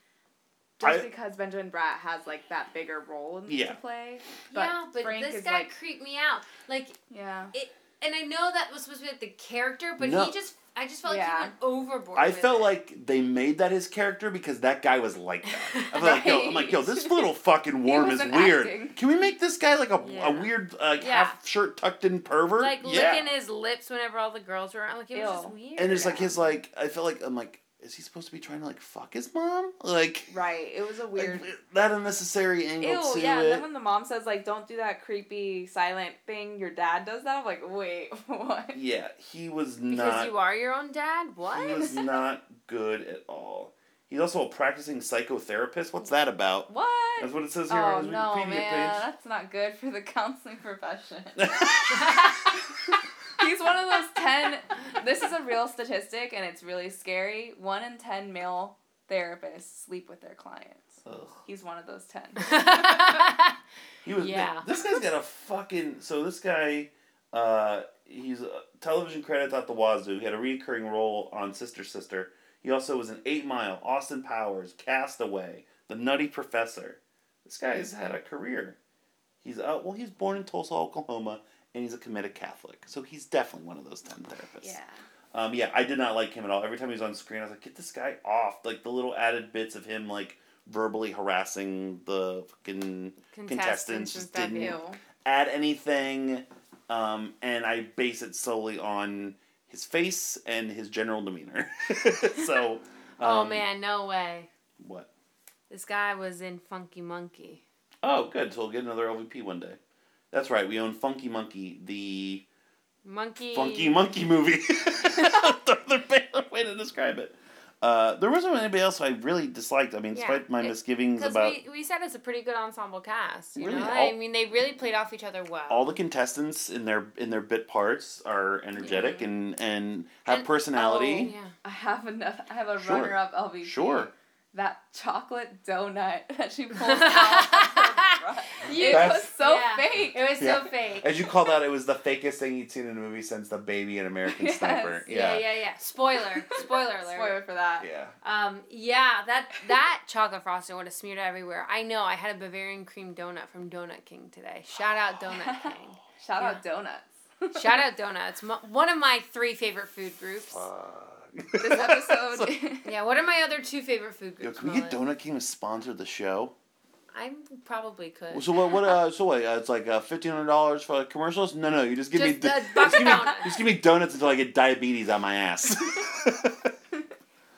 Speaker 2: I-
Speaker 3: just because Benjamin Bratt has like that bigger role in
Speaker 2: Yeah.
Speaker 3: to play.
Speaker 1: yeah, but
Speaker 3: Frank
Speaker 1: this
Speaker 3: is
Speaker 1: guy
Speaker 3: like,
Speaker 1: creeped me out. Like
Speaker 3: yeah,
Speaker 1: it, and I know that was supposed to be like the character, but
Speaker 2: No.
Speaker 1: he just, I just felt
Speaker 3: Yeah.
Speaker 1: like he went overboard.
Speaker 2: I
Speaker 1: with
Speaker 2: felt
Speaker 1: it.
Speaker 2: like they made that his character because that guy was like
Speaker 1: <laughs>
Speaker 2: that. I'm like, yo, I'm like, yo, this little fucking worm is
Speaker 3: wasn't
Speaker 2: weird.
Speaker 3: acting.
Speaker 2: Can we make this guy like a,
Speaker 1: Yeah.
Speaker 2: a weird uh,
Speaker 1: Yeah.
Speaker 2: half shirt tucked in pervert?
Speaker 1: like
Speaker 2: Yeah.
Speaker 1: licking his lips whenever all the girls were around. Like it was just
Speaker 3: Ew.
Speaker 1: weird.
Speaker 2: and it's like his like I felt like I'm like is he supposed to be trying to like fuck his mom like
Speaker 3: right. It was a weird.
Speaker 2: like, that unnecessary angle
Speaker 3: Ew,
Speaker 2: to
Speaker 3: yeah. And
Speaker 2: it
Speaker 3: then when the mom says like, "Don't do that creepy silent thing," your dad does that. I'm like, wait, <laughs> what?
Speaker 2: yeah he was
Speaker 1: because
Speaker 2: not
Speaker 1: you are your own dad. What?
Speaker 2: he
Speaker 3: <laughs>
Speaker 2: was not good at all he's also a practicing psychotherapist what's that about
Speaker 3: What?
Speaker 2: that's what it says here
Speaker 3: Oh
Speaker 2: on his
Speaker 3: no,
Speaker 2: Wikipedia
Speaker 3: man,
Speaker 2: page
Speaker 3: that's not good for the
Speaker 1: <laughs>
Speaker 3: counseling profession. He's one of those 10. This is a real statistic and it's really scary. One in 10 male therapists sleep with their clients.
Speaker 2: Ugh.
Speaker 3: He's one of
Speaker 1: <laughs>
Speaker 3: those 10.
Speaker 2: He was
Speaker 1: Yeah.
Speaker 2: this guy's got a fucking so this guy uh he's uh, television credits at the wazoo. He had a recurring role on Sister Sister. He also was in 8 Mile, Austin Powers, Castaway, The Nutty Professor. This guy's had a career. He's uh well he's born in Tulsa, Oklahoma and he's a committed Catholic. So he's definitely one of those 10 therapists.
Speaker 3: Yeah.
Speaker 2: Um, yeah, I did not like him at all. Every time he was on screen, I was like, get this guy off. Like the little added bits of him like verbally harassing the fucking contestants,
Speaker 1: Contestants and
Speaker 2: just
Speaker 1: stuff,
Speaker 2: didn't
Speaker 3: Ew.
Speaker 2: add anything. Um, and I base it solely on his face and his general demeanor. <laughs> so, um,
Speaker 1: oh man, no way.
Speaker 2: what?
Speaker 1: This guy was in Funky Monkey.
Speaker 2: Oh, good. So we'll get another LVP one day. That's right. We own Funky Monkey, the
Speaker 1: Monkey.
Speaker 2: Funky Monkey movie. <laughs> the other better way to describe it. Uh, there wasn't anybody else I really disliked. I mean,
Speaker 1: Yeah,
Speaker 2: despite my
Speaker 1: it-
Speaker 2: misgivings
Speaker 1: Because
Speaker 2: about
Speaker 1: we, we said it's a pretty good ensemble cast. You
Speaker 2: Really,
Speaker 1: know?
Speaker 2: all-
Speaker 1: I mean, they really played off each other well.
Speaker 2: all the contestants in their in their bit parts are energetic and and have
Speaker 1: And- oh,
Speaker 2: personality.
Speaker 1: yeah.
Speaker 3: I have enough. I have a
Speaker 2: Sure.
Speaker 3: runner up LVP.
Speaker 2: Sure.
Speaker 3: That chocolate donut <laughs>
Speaker 1: <laughs>
Speaker 3: that she pulls out.
Speaker 1: You-
Speaker 3: it
Speaker 2: That's-
Speaker 3: was so
Speaker 1: Yeah.
Speaker 3: fake.
Speaker 1: It was
Speaker 2: Yeah.
Speaker 1: so fake.
Speaker 2: As you called out, it was the fakest thing you'd seen in a movie since The Baby and American
Speaker 3: Yes.
Speaker 2: Sniper.
Speaker 1: Yeah,
Speaker 2: Yeah.
Speaker 1: yeah, yeah. Spoiler. Spoiler alert.
Speaker 3: Spoiler for that.
Speaker 2: Yeah.
Speaker 1: Um, yeah, that that chocolate frosting would have smeared everywhere. I know. I had a Bavarian cream donut from Donut King today. Shout out Donut King.
Speaker 3: Shout
Speaker 1: <laughs>
Speaker 3: out donuts.
Speaker 1: Shout out donuts. Mo- one of my three favorite food groups.
Speaker 2: <laughs> Fuck.
Speaker 3: This episode. <laughs>
Speaker 1: Yeah, what are my other two favorite food
Speaker 2: Yo,
Speaker 1: groups?
Speaker 2: can we get
Speaker 1: Mullen?
Speaker 2: Donut King to sponsor the show?
Speaker 1: I probably could.
Speaker 2: So what? What? Uh, so what? Uh, it's like uh, fifteen hundred dollars for like, commercials? No, no. You just give
Speaker 1: Just
Speaker 2: me
Speaker 1: the
Speaker 2: just
Speaker 1: buck
Speaker 2: give me
Speaker 1: donuts.
Speaker 2: <laughs> just give me donuts until I get diabetes on my ass. <laughs>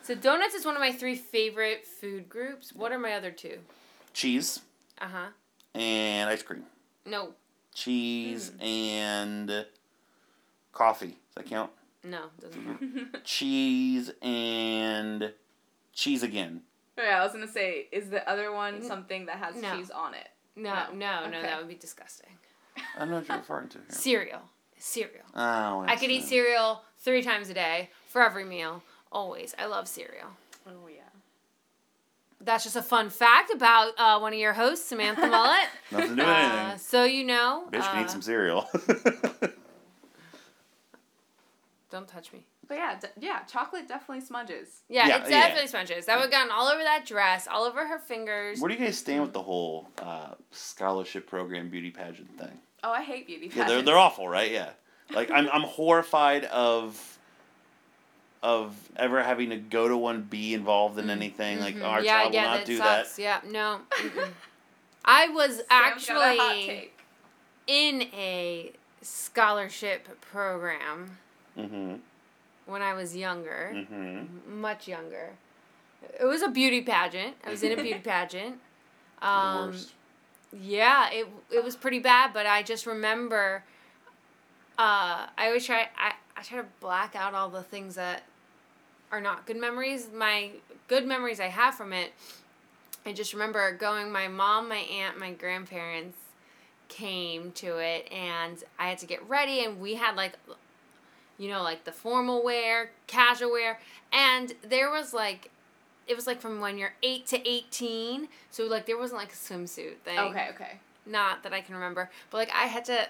Speaker 1: So donuts is one of my three favorite food groups. What are my other two?
Speaker 2: Cheese
Speaker 1: Uh huh.
Speaker 2: and ice cream.
Speaker 1: No,
Speaker 2: Cheese
Speaker 1: Mm-hmm.
Speaker 2: and coffee. Does
Speaker 1: <laughs>
Speaker 2: that count?
Speaker 1: no, doesn't count.
Speaker 2: Cheese and cheese again.
Speaker 3: Yeah, I was gonna say, is the other one something that has
Speaker 1: No.
Speaker 3: cheese on it?
Speaker 2: Mm-hmm.
Speaker 1: No,
Speaker 3: No.
Speaker 1: no, no,
Speaker 3: Okay.
Speaker 1: that would be disgusting.
Speaker 2: I don't know what you're referring to. Here.
Speaker 1: Cereal, cereal.
Speaker 2: Oh, I
Speaker 1: <laughs> I could eat
Speaker 2: understand.
Speaker 1: cereal three times a day for every meal, always. I love cereal.
Speaker 3: Oh yeah.
Speaker 1: That's just a fun fact about uh, one of your hosts, Samantha
Speaker 2: <laughs>
Speaker 1: Mullet.
Speaker 2: Nothing to do with
Speaker 1: <laughs> Uh,
Speaker 2: anything.
Speaker 1: so you know,
Speaker 2: Bitch can
Speaker 1: uh,
Speaker 2: eat some cereal. <laughs>
Speaker 1: Don't touch me.
Speaker 3: But yeah, de- yeah, chocolate definitely smudges.
Speaker 1: Yeah,
Speaker 2: Yeah,
Speaker 1: it
Speaker 2: yeah.
Speaker 1: definitely sponges. That would have gotten all over that dress, all over her fingers.
Speaker 2: Where do you guys stand with the whole uh, scholarship program beauty pageant thing?
Speaker 3: Oh, I hate beauty.
Speaker 2: Yeah, they're
Speaker 3: pageants.
Speaker 2: they're awful, right? Yeah. Like I'm I'm horrified of of ever having to go to one be involved in anything. Like
Speaker 1: Mhm.
Speaker 2: our
Speaker 1: yeah,
Speaker 2: child
Speaker 1: yeah,
Speaker 2: will not
Speaker 1: that
Speaker 2: do
Speaker 1: sucks.
Speaker 2: that.
Speaker 1: Yeah, no. mm-mm. I was
Speaker 3: Sam's got a hot
Speaker 1: actually
Speaker 3: take.
Speaker 1: in a scholarship program
Speaker 2: Mm-hmm.
Speaker 1: when I was younger,
Speaker 2: Mm-hmm.
Speaker 1: much younger. It was a beauty pageant. I was in
Speaker 2: <laughs>
Speaker 1: a beauty pageant. Um,
Speaker 2: worst.
Speaker 1: Yeah, it it was pretty bad, but I just remember. Uh, I always try. I I try to black out all the things that are not good memories. My good memories I have from it. I just remember going. My mom, my aunt, my grandparents came to it, and I had to get ready, and we had like, you know, like the formal wear, casual wear, and there was like. It was like from when you're eight to eighteen, so like there wasn't like a swimsuit thing
Speaker 3: Okay, okay.
Speaker 1: not that I can remember, but like I had to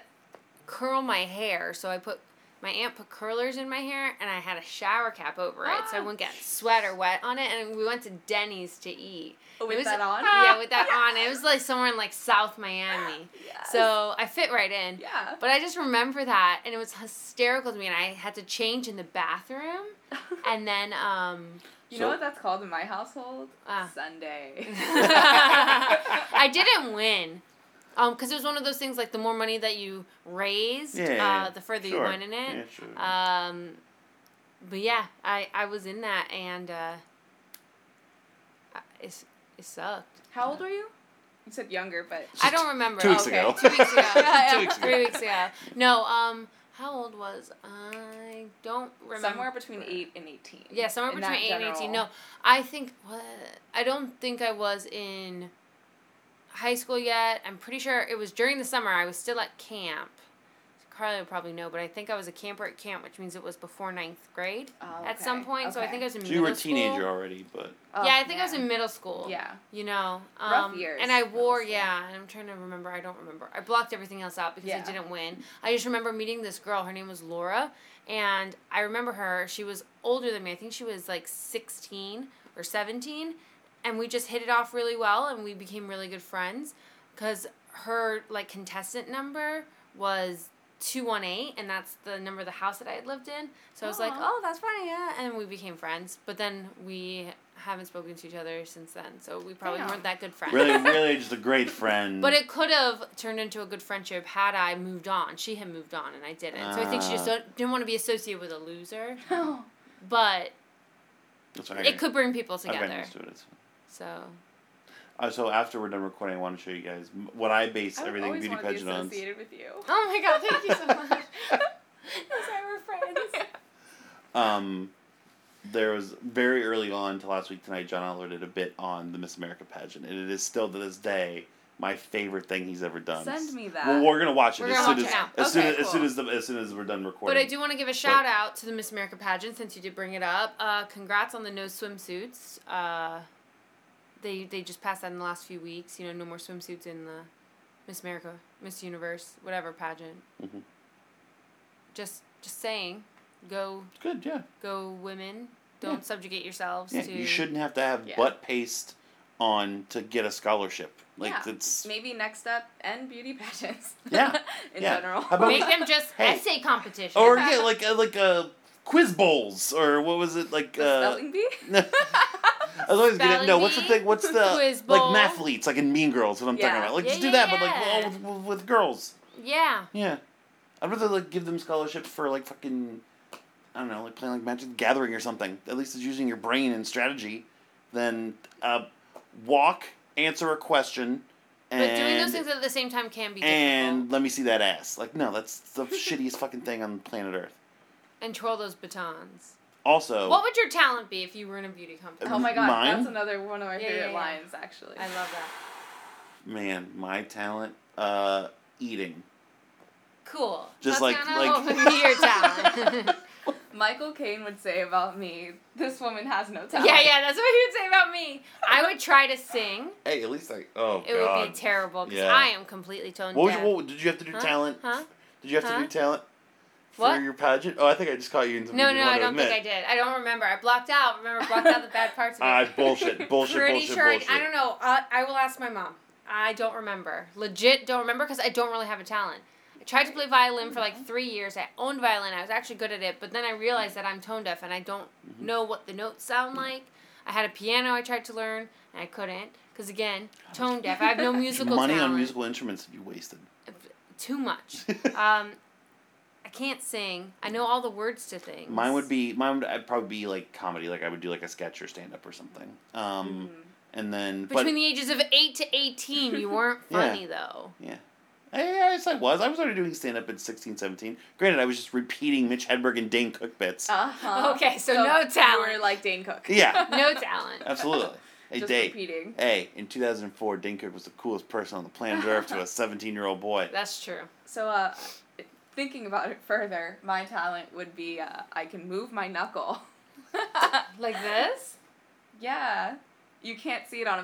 Speaker 1: curl my hair, so I put my aunt put curlers in my hair, and I had a shower cap over it, so I
Speaker 3: Ah.
Speaker 1: wouldn't get sweat or wet on it. And we went to Denny's to eat. It
Speaker 3: With
Speaker 1: was-
Speaker 3: that on? <laughs>
Speaker 1: Yeah, with that on. It was like somewhere in like South Miami,
Speaker 3: Yes.
Speaker 1: so I fit right in.
Speaker 3: Yeah.
Speaker 1: But I just remember that, and it was hysterical to me, and I had to change in the
Speaker 3: <laughs>
Speaker 1: bathroom, and then um,
Speaker 3: you
Speaker 2: So-
Speaker 3: know what that's called in my household?
Speaker 1: Ah. <laughs>
Speaker 3: Sunday.
Speaker 1: I didn't win. Um, because it was one of those things like the more money that you raised,
Speaker 2: Yeah, yeah,
Speaker 1: uh, the further you
Speaker 2: sure.
Speaker 1: went in
Speaker 2: Yeah,
Speaker 1: it.
Speaker 2: sure.
Speaker 1: Um, but yeah, I, I was in that and uh, I- it's, it sucked.
Speaker 3: How old were you? You said younger, but
Speaker 1: I don't remember.
Speaker 2: Two weeks
Speaker 1: <laughs>
Speaker 3: okay,
Speaker 2: ago.
Speaker 3: two weeks ago. Yeah,
Speaker 2: <laughs> Two
Speaker 3: yeah.
Speaker 2: weeks
Speaker 1: Three
Speaker 2: ago.
Speaker 1: weeks ago. No, um, how old was I? Don't remember.
Speaker 3: somewhere between eight and eighteen.
Speaker 1: Yeah, somewhere
Speaker 3: In
Speaker 1: between
Speaker 3: that
Speaker 1: eight and eighteen. No,
Speaker 3: general-
Speaker 1: I think what I don't think I was in high school yet. I'm pretty sure it was during the summer. I was still at camp. Carly would probably know, but I think I was a camper at camp, which means it was before ninth grade
Speaker 3: Oh,
Speaker 1: at some
Speaker 3: okay,
Speaker 1: point. So I
Speaker 3: okay.
Speaker 1: think I was in
Speaker 2: So
Speaker 1: middle
Speaker 2: you were a
Speaker 1: school.
Speaker 2: teenager already, but
Speaker 3: Oh,
Speaker 1: yeah, I think I was
Speaker 3: man.
Speaker 1: in middle school.
Speaker 3: Yeah.
Speaker 1: You know, um,
Speaker 3: Rough years,
Speaker 1: And I
Speaker 3: middle
Speaker 1: wore,
Speaker 3: school.
Speaker 1: yeah. And I'm trying to remember. I don't remember. I blocked everything else out because I
Speaker 3: Yeah.
Speaker 1: didn't win. I just remember meeting this girl. Her name was Laura, and I remember her. She was older than me. I think she was like 16 or 17, and we just hit it off really well, and we became really good friends because her like contestant number was 218 and that's the number of the house that i had lived in so i was like
Speaker 3: Aw.
Speaker 1: oh that's funny yeah and we became friends but then we haven't spoken to each other since then so we probably
Speaker 3: Damn.
Speaker 1: weren't that good friends
Speaker 2: really, really just a great friend.
Speaker 1: <laughs> but it could have turned into a good friendship had i moved on she had moved on and i didn't so i think she just
Speaker 2: Ah.
Speaker 1: don't, didn't want to be associated with a loser
Speaker 3: <laughs> Oh,
Speaker 1: but
Speaker 2: That's all right.
Speaker 1: it could bring people
Speaker 2: I've gotten
Speaker 1: together
Speaker 2: used to it. It's fine.
Speaker 1: so
Speaker 2: Uh, so after we're done recording, I want to show you guys m- what I base
Speaker 3: I would
Speaker 2: everything
Speaker 3: always
Speaker 2: beauty
Speaker 3: want to be
Speaker 2: pageant on.
Speaker 3: associated with you. <laughs>
Speaker 1: oh my god thank you so <laughs> much
Speaker 3: That's why we're friends.
Speaker 2: Um, there was very early on to last week tonight. John Oliver did a bit on the Miss America pageant, and it is still to this day my favorite thing he's ever done.
Speaker 3: Send me that.
Speaker 2: Well, we're gonna watch it
Speaker 1: We're
Speaker 2: as
Speaker 1: gonna
Speaker 2: soon
Speaker 1: watch
Speaker 2: as
Speaker 1: it now.
Speaker 2: as soon
Speaker 3: Okay,
Speaker 2: as, as soon
Speaker 3: cool.
Speaker 2: as the, as soon as we're done recording.
Speaker 1: But I do want to give a shout out to the Miss America pageant since you did bring it up. Uh, congrats on the no swimsuits. Uh, they they just passed that in the last few weeks. You know, no more swimsuits in the Miss America, Miss Universe, whatever pageant.
Speaker 2: Mhm.
Speaker 1: Just just saying, go
Speaker 2: Good, yeah.
Speaker 1: go women. Don't
Speaker 2: Yeah.
Speaker 1: subjugate yourselves
Speaker 2: yeah.
Speaker 1: to.
Speaker 2: You shouldn't have to have
Speaker 3: Yeah.
Speaker 2: butt paste on to get a scholarship. <laughs> Like
Speaker 3: Yeah.
Speaker 2: it's
Speaker 3: Maybe next up, end beauty pageants.
Speaker 2: Yeah,
Speaker 3: <laughs> In
Speaker 2: yeah.
Speaker 3: general.
Speaker 2: How
Speaker 1: <laughs>
Speaker 2: about-
Speaker 1: make them just
Speaker 2: Hey.
Speaker 1: essay competition.
Speaker 2: or yeah, uh, like a, like a quiz bowls or what was it like? Uh,
Speaker 3: <laughs> Spelling bee?
Speaker 2: I was always gonna
Speaker 1: Spelling
Speaker 2: no. What's the
Speaker 1: bee,
Speaker 2: thing? What's the
Speaker 1: quiz
Speaker 2: like
Speaker 1: bowl.
Speaker 2: mathletes like in Mean Girls? What I'm talking
Speaker 3: Yeah.
Speaker 2: about. Like
Speaker 1: Yeah,
Speaker 2: just do
Speaker 1: yeah,
Speaker 2: that,
Speaker 1: yeah.
Speaker 2: but like all with, with girls.
Speaker 1: Yeah.
Speaker 2: Yeah, I'd rather like give them scholarships for like fucking I don't know, like playing like Magic the Gathering or something. At least it's using your brain and strategy than uh, walk, answer a question, and
Speaker 1: But doing those things at the same time can be
Speaker 2: and
Speaker 1: difficult.
Speaker 2: let me see that ass. Like no, that's
Speaker 1: <laughs>
Speaker 2: the shittiest fucking thing on planet Earth.
Speaker 1: And twirl those batons.
Speaker 2: Also,
Speaker 1: What would your talent be if you were in a beauty company?
Speaker 3: Oh my god,
Speaker 2: Mine?
Speaker 3: that's another one of my
Speaker 1: Yeah,
Speaker 3: favorite
Speaker 1: yeah, yeah.
Speaker 3: lines, actually.
Speaker 1: I love that.
Speaker 2: man, my talent, uh, eating.
Speaker 1: Cool.
Speaker 2: Just like-
Speaker 1: Tatiana,
Speaker 2: like-
Speaker 1: what would be your talent?
Speaker 3: Michael Caine would say about me, this woman has no talent.
Speaker 1: yeah, yeah, that's what he would say about me. I would try to sing.
Speaker 2: Hey, at least I. Oh
Speaker 1: It
Speaker 2: God.
Speaker 1: would be terrible because
Speaker 2: Yeah.
Speaker 1: I am completely tone
Speaker 2: What, was,
Speaker 1: deaf.
Speaker 2: what did you have to do?
Speaker 1: Huh?
Speaker 2: Talent?
Speaker 1: Huh?
Speaker 2: Did you have to
Speaker 1: Huh?
Speaker 2: do talent for
Speaker 1: What?
Speaker 2: your pageant? Oh, I think I just caught you in something.
Speaker 1: No,
Speaker 2: you
Speaker 1: no,
Speaker 2: didn't
Speaker 1: I
Speaker 2: want
Speaker 1: don't
Speaker 2: to
Speaker 1: think I
Speaker 2: admit.
Speaker 1: did. I don't remember. I blocked out. Remember, blocked out the bad parts of
Speaker 2: <laughs>
Speaker 1: it.
Speaker 2: Ah,
Speaker 1: <laughs>
Speaker 2: bullshit, bullshit,
Speaker 1: Pretty
Speaker 2: bullshit,
Speaker 1: sure. I-
Speaker 2: bullshit.
Speaker 1: I don't know. I, I will ask my mom. I don't remember. Legit, don't remember because I don't really have a talent. I tried to play violin for like three years. I owned violin. I was actually good at it, but then I realized that I'm tone deaf and I don't
Speaker 2: Mm-hmm.
Speaker 1: know what the notes sound like. I had a piano I tried to learn and I couldn't because again, tone
Speaker 2: <laughs>
Speaker 1: deaf. I have no musical
Speaker 2: Money
Speaker 1: talent.
Speaker 2: on musical instruments you wasted.
Speaker 1: Too
Speaker 2: <laughs>
Speaker 1: much. Um, I can't sing. I know all the words to things.
Speaker 2: Mine would be mine would I'd probably be like comedy, like I would do like a sketch or stand up or something. Um,
Speaker 1: Mm-hmm.
Speaker 2: and then
Speaker 1: between
Speaker 2: but
Speaker 1: the ages of eight to eighteen. You weren't
Speaker 2: <laughs> Yeah.
Speaker 1: funny though.
Speaker 2: yeah. I, yes, I was. I was already doing stand up at 16, 17. Granted, I was just repeating Mitch Hedberg and Dane Cook bits.
Speaker 1: Oh.
Speaker 3: Uh-huh.
Speaker 1: Okay, so no
Speaker 3: You were
Speaker 1: talent.
Speaker 3: like Dane Cook.
Speaker 2: Yeah.
Speaker 1: <laughs> No talent.
Speaker 2: Absolutely. Hey,
Speaker 3: Just
Speaker 2: Dave.
Speaker 3: repeating.
Speaker 2: Hey, in 2004, Dinkard was the coolest person on the planet
Speaker 1: <laughs>
Speaker 2: Earth to a 17 year old boy.
Speaker 1: That's true.
Speaker 3: So, uh, thinking about it further, my talent would be uh, I can move my knuckle.
Speaker 1: <laughs> Like this?
Speaker 3: yeah. You can't see it on a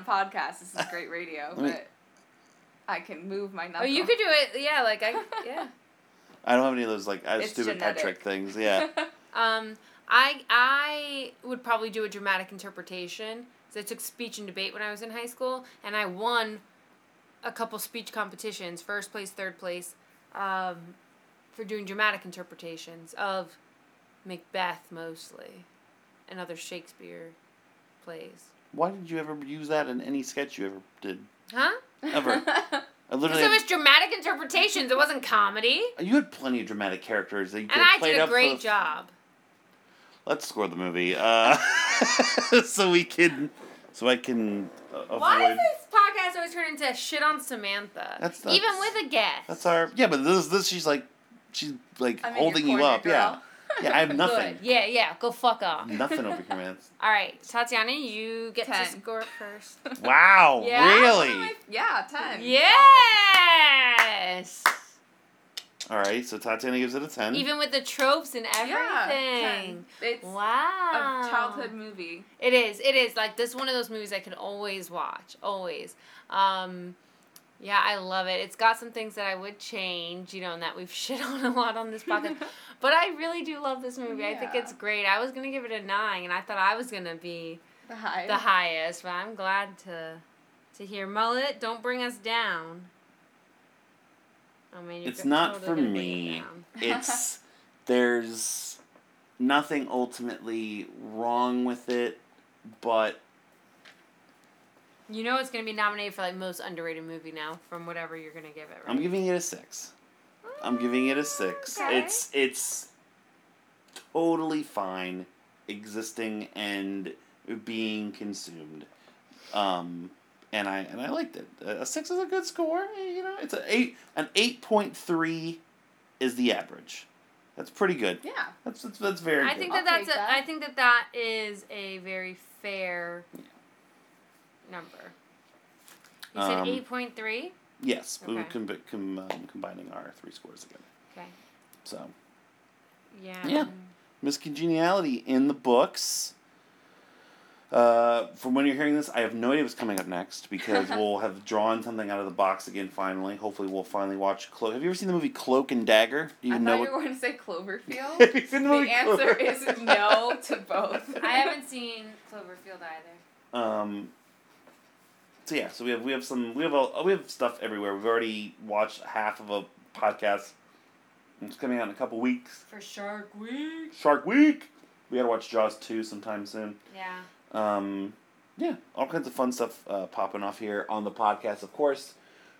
Speaker 2: <laughs>
Speaker 3: podcast. This is great radio,
Speaker 2: me-
Speaker 3: but I can move my
Speaker 1: Oh,
Speaker 3: knuckle.
Speaker 2: Uh-huh.
Speaker 1: you could do it. Yeah, like I. <laughs> Yeah.
Speaker 2: I don't have any of those, like, I
Speaker 3: It's
Speaker 2: stupid pet
Speaker 3: genetic.
Speaker 2: trick
Speaker 1: <laughs>
Speaker 2: things. Yeah.
Speaker 1: Um, I I would probably do a dramatic interpretation. So I took speech and debate when I was in high school, and I won a couple speech competitions, first place, third place, um, for doing dramatic interpretations of Macbeth mostly, and other Shakespeare plays.
Speaker 2: Why did you ever use that in any sketch you ever
Speaker 1: <laughs>
Speaker 2: did?
Speaker 1: Huh?
Speaker 2: Ever. I
Speaker 1: Because
Speaker 2: literally.
Speaker 1: it was dramatic interpretations. It wasn't comedy,
Speaker 2: you had plenty of dramatic characters that you could
Speaker 1: and
Speaker 2: have
Speaker 1: I
Speaker 2: played
Speaker 1: did a
Speaker 2: up for
Speaker 1: great
Speaker 2: the-
Speaker 1: job.
Speaker 2: Let's score the movie, uh, <laughs> so we can, so I can uh, avoid.
Speaker 1: Why does this podcast always turn into shit on Samantha?
Speaker 2: That's-
Speaker 1: Even
Speaker 2: that's-
Speaker 1: with a guest.
Speaker 2: That's our yeah, but this this she's like, she's like
Speaker 3: I'm in your
Speaker 2: holding you
Speaker 3: corner,
Speaker 2: up, yeah,
Speaker 3: girl.
Speaker 1: <laughs>
Speaker 2: yeah. I have nothing,
Speaker 1: Good. Yeah, yeah. Go fuck off.
Speaker 2: nothing over here, man.
Speaker 1: All right, Tatiana, you get to
Speaker 3: <laughs> Ten.
Speaker 1: score first.
Speaker 2: Wow,
Speaker 1: <laughs> Yeah? Oh
Speaker 2: really?
Speaker 3: Yeah, 10.
Speaker 1: yes.
Speaker 2: All right, so Tatiana gives it a ten.
Speaker 1: Even with the tropes and
Speaker 3: Yeah,
Speaker 1: everything.
Speaker 3: 10. It's
Speaker 1: Wow.
Speaker 3: a childhood movie.
Speaker 1: It is. It is like this. is One of those movies I can always watch. Always. Um, yeah, I love it. It's got some things that I would change, you know, and that we've <laughs> shit on a lot on this podcast. but I really do love this movie. I think
Speaker 3: Yeah.
Speaker 1: it's great. I was gonna give it a nine, and I thought I was gonna be
Speaker 3: The high.
Speaker 1: the highest, but I'm glad to to hear mullet. Don't bring us down. I mean, you're
Speaker 2: it's
Speaker 1: go-
Speaker 2: not
Speaker 1: totally
Speaker 2: for
Speaker 1: gonna bring it
Speaker 2: me.
Speaker 1: down. <laughs>
Speaker 2: It's there's nothing ultimately wrong with it, but
Speaker 1: You know, it's gonna be nominated for like most underrated movie now from whatever you're gonna give it. Right? Oh,
Speaker 2: I'm giving it a six. I'm giving it a six.
Speaker 1: Okay.
Speaker 2: It's it's totally fine existing and being consumed. Um and I and I liked it. A a six is a good score. eh, You know, it's a eight. An eight point three is the average. That's pretty good.
Speaker 3: Yeah.
Speaker 2: That's that's, that's very.
Speaker 1: I
Speaker 2: good.
Speaker 1: think
Speaker 3: I'll
Speaker 1: that that's
Speaker 3: take
Speaker 1: a,
Speaker 3: that.
Speaker 1: I think that that is a very fair number. You said
Speaker 2: Um,
Speaker 1: eight point three.
Speaker 2: Yes, we were
Speaker 1: Okay.
Speaker 2: com- com- um, combining our three scores together.
Speaker 1: Okay.
Speaker 2: So,
Speaker 1: Yeah.
Speaker 2: yeah. Miss Congeniality in the books. Uh, from when you're hearing this, I have no idea what's coming up next
Speaker 1: <laughs>
Speaker 2: because we'll have drawn something out of the box again finally. Hopefully, we'll finally watch Cloak. Have you ever seen the movie Cloak and Dagger? Do you
Speaker 3: I
Speaker 2: know
Speaker 3: thought
Speaker 2: what-
Speaker 3: you were going to say Cloverfield.
Speaker 2: Have <laughs> you seen
Speaker 3: the
Speaker 2: movie
Speaker 3: answer
Speaker 2: Clover?
Speaker 3: is no to both.
Speaker 1: I
Speaker 3: <laughs>
Speaker 1: haven't seen Cloverfield either.
Speaker 2: Um, so yeah, so we have we have some we have all we have stuff everywhere. We've already watched half of a podcast It's coming out in a couple weeks.
Speaker 1: For Shark Week.
Speaker 2: Shark Week. We gotta watch Jaws two sometime soon.
Speaker 1: Yeah.
Speaker 2: Um, yeah, all kinds of fun stuff uh, popping off here on the podcast, of course.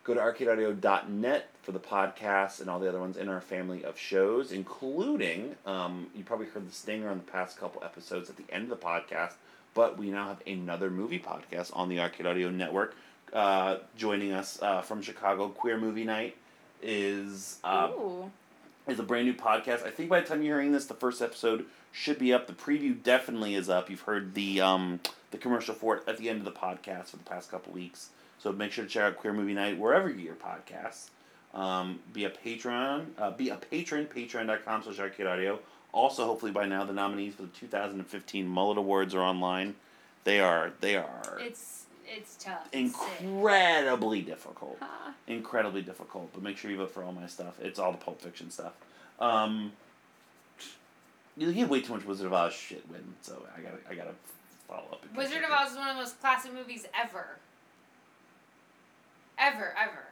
Speaker 2: Go to arcadeaudio.net for the podcast and all the other ones in our family of shows, including, um, you probably heard the stinger on the past couple episodes at the end of the podcast, but we now have another movie podcast on the Arcade Audio Network. Uh, joining us uh, from Chicago, Queer Movie Night is uh,
Speaker 3: Ooh.
Speaker 2: is a brand new podcast. I think by the time you're hearing this, the first episode should be up. The preview definitely is up. You've heard the um, the commercial for it at the end of the podcast for the past couple weeks. So make sure to check out Queer Movie Night wherever you get your podcasts. Um, be a patron. Uh, be a patron. Patreon.com slash arcade audio. Also, hopefully by now, the nominees for the 2015 Mullet Awards are online. They are. They are
Speaker 1: It's it's tough.
Speaker 2: incredibly difficult. Incredibly difficult. But make sure you vote for all my stuff. It's all the Pulp Fiction stuff. Um, you get way too much Wizard of Oz shit, win. So I gotta, I gotta follow up. and
Speaker 1: Wizard
Speaker 2: make
Speaker 1: of
Speaker 2: sure-
Speaker 1: Oz is one of the most classic movies ever. Ever, ever,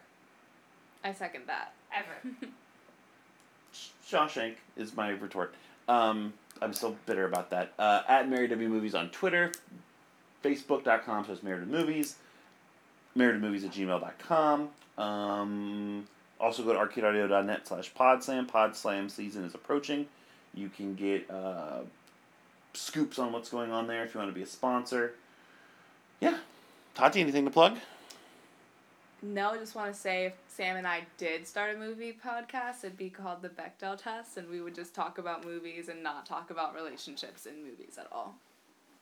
Speaker 3: I second that.
Speaker 1: ever. <laughs>
Speaker 2: Shawshank is my retort. Um, I'm still bitter about that. Uh, at Mary W Movies on Twitter, Facebook.com slash Mary W Movies, Mary Movies at gmail.com. Um, also go to arcadeaudio.net slash podslam. Podslam season is approaching. You can get uh, scoops on what's going on there if you want to be a sponsor. Yeah. Tati, anything to plug?
Speaker 3: No, I just want to say if Sam and I did start a movie podcast, it'd be called the Bechdel Test, and we would just talk about movies and not talk about relationships in movies at all,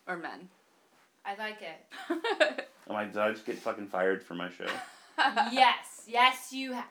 Speaker 3: or men. <laughs>
Speaker 1: I like it.
Speaker 2: Am I, Oh did I just get fucking fired for my show?
Speaker 1: Yes, yes, you have.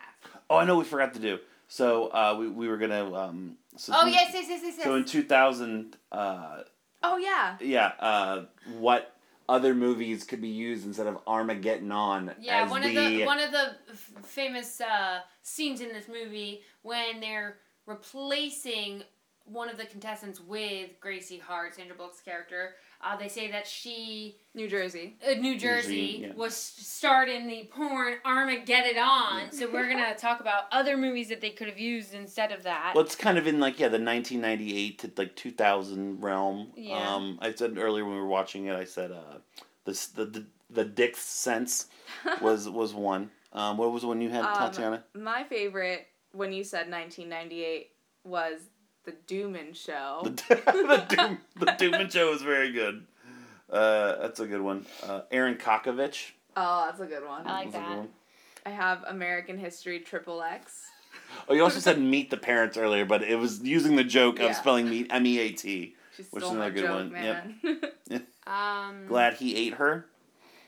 Speaker 2: Oh, I know we forgot to do. So uh, we, we were gonna. Um, so
Speaker 1: Oh yes, yes, yes, yes, yes.
Speaker 2: So in two thousand, uh,
Speaker 3: oh yeah,
Speaker 2: yeah, uh, what other movies could be used instead of Armageddon on?
Speaker 1: yeah,
Speaker 2: as
Speaker 1: one
Speaker 2: the,
Speaker 1: of the one of the f- famous uh, scenes in this movie when they're replacing one of the contestants with Gracie Hart, Sandra Bullock's character. Uh, they say that she
Speaker 3: New Jersey.
Speaker 1: uh, New Jersey
Speaker 2: yeah.
Speaker 1: was starred in the porn Armageddon on. So we're
Speaker 2: <laughs>
Speaker 1: gonna talk about other movies that they could have used instead of that.
Speaker 2: Well, it's kind of in like yeah the nineteen ninety eight to like two thousand realm.
Speaker 1: Yeah.
Speaker 2: Um, I said earlier when we were watching it, I said uh, this the the, the
Speaker 1: <laughs>
Speaker 2: Dick Sense was was one. Um, what was the one you had,
Speaker 3: Um,
Speaker 2: Tatiana?
Speaker 3: My favorite when you said 1998 was the Dooman Show.
Speaker 2: the, <laughs> the Doom the Doom and Show was very good. Uh, that's a good one. Uh, Aaron Kokovich.
Speaker 3: oh, that's a good one.
Speaker 1: I like
Speaker 2: was a good
Speaker 1: that.
Speaker 2: one.
Speaker 3: I have American History Triple X.
Speaker 2: Oh, you also said meet the parents earlier, but it was using the joke
Speaker 3: Yeah.
Speaker 2: of spelling meet M E A T.
Speaker 3: She
Speaker 2: Which
Speaker 3: stole
Speaker 2: is
Speaker 3: my
Speaker 2: another good one,
Speaker 3: joke,
Speaker 2: yep.
Speaker 3: man. <laughs>
Speaker 1: Um,
Speaker 2: Glad he ate her.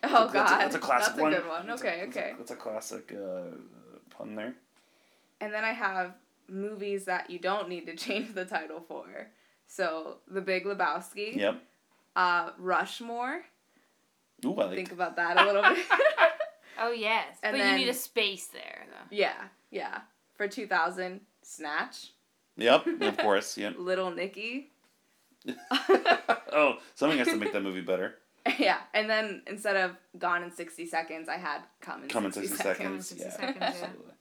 Speaker 3: oh
Speaker 2: That's a-
Speaker 3: God,
Speaker 2: that's a classic
Speaker 3: That's a
Speaker 2: one.
Speaker 3: good one. Okay, okay.
Speaker 2: That's a classic uh, pun there.
Speaker 3: And then I have movies that you don't need to <laughs> change the title for. So The Big Lebowski.
Speaker 2: Yep.
Speaker 3: Uh, Rushmore.
Speaker 2: Ooh, I like.
Speaker 3: Think about that a little
Speaker 2: <laughs>
Speaker 3: bit. <laughs>
Speaker 1: oh yes,
Speaker 3: And
Speaker 1: but
Speaker 3: then-
Speaker 1: you need a space there though.
Speaker 3: yeah, yeah. For two thousand, Snatch,
Speaker 2: Yep. Of course.
Speaker 3: <laughs>
Speaker 2: Yep.
Speaker 3: Little Nicky.
Speaker 2: Oh, something has to make that movie better.
Speaker 3: yeah, and then instead of Gone in sixty seconds, I had Come in
Speaker 2: Come in
Speaker 3: 60
Speaker 2: sixty
Speaker 3: seconds.
Speaker 2: seconds.
Speaker 1: Come in 60
Speaker 2: Yeah.
Speaker 1: seconds, yeah.
Speaker 2: Absolutely.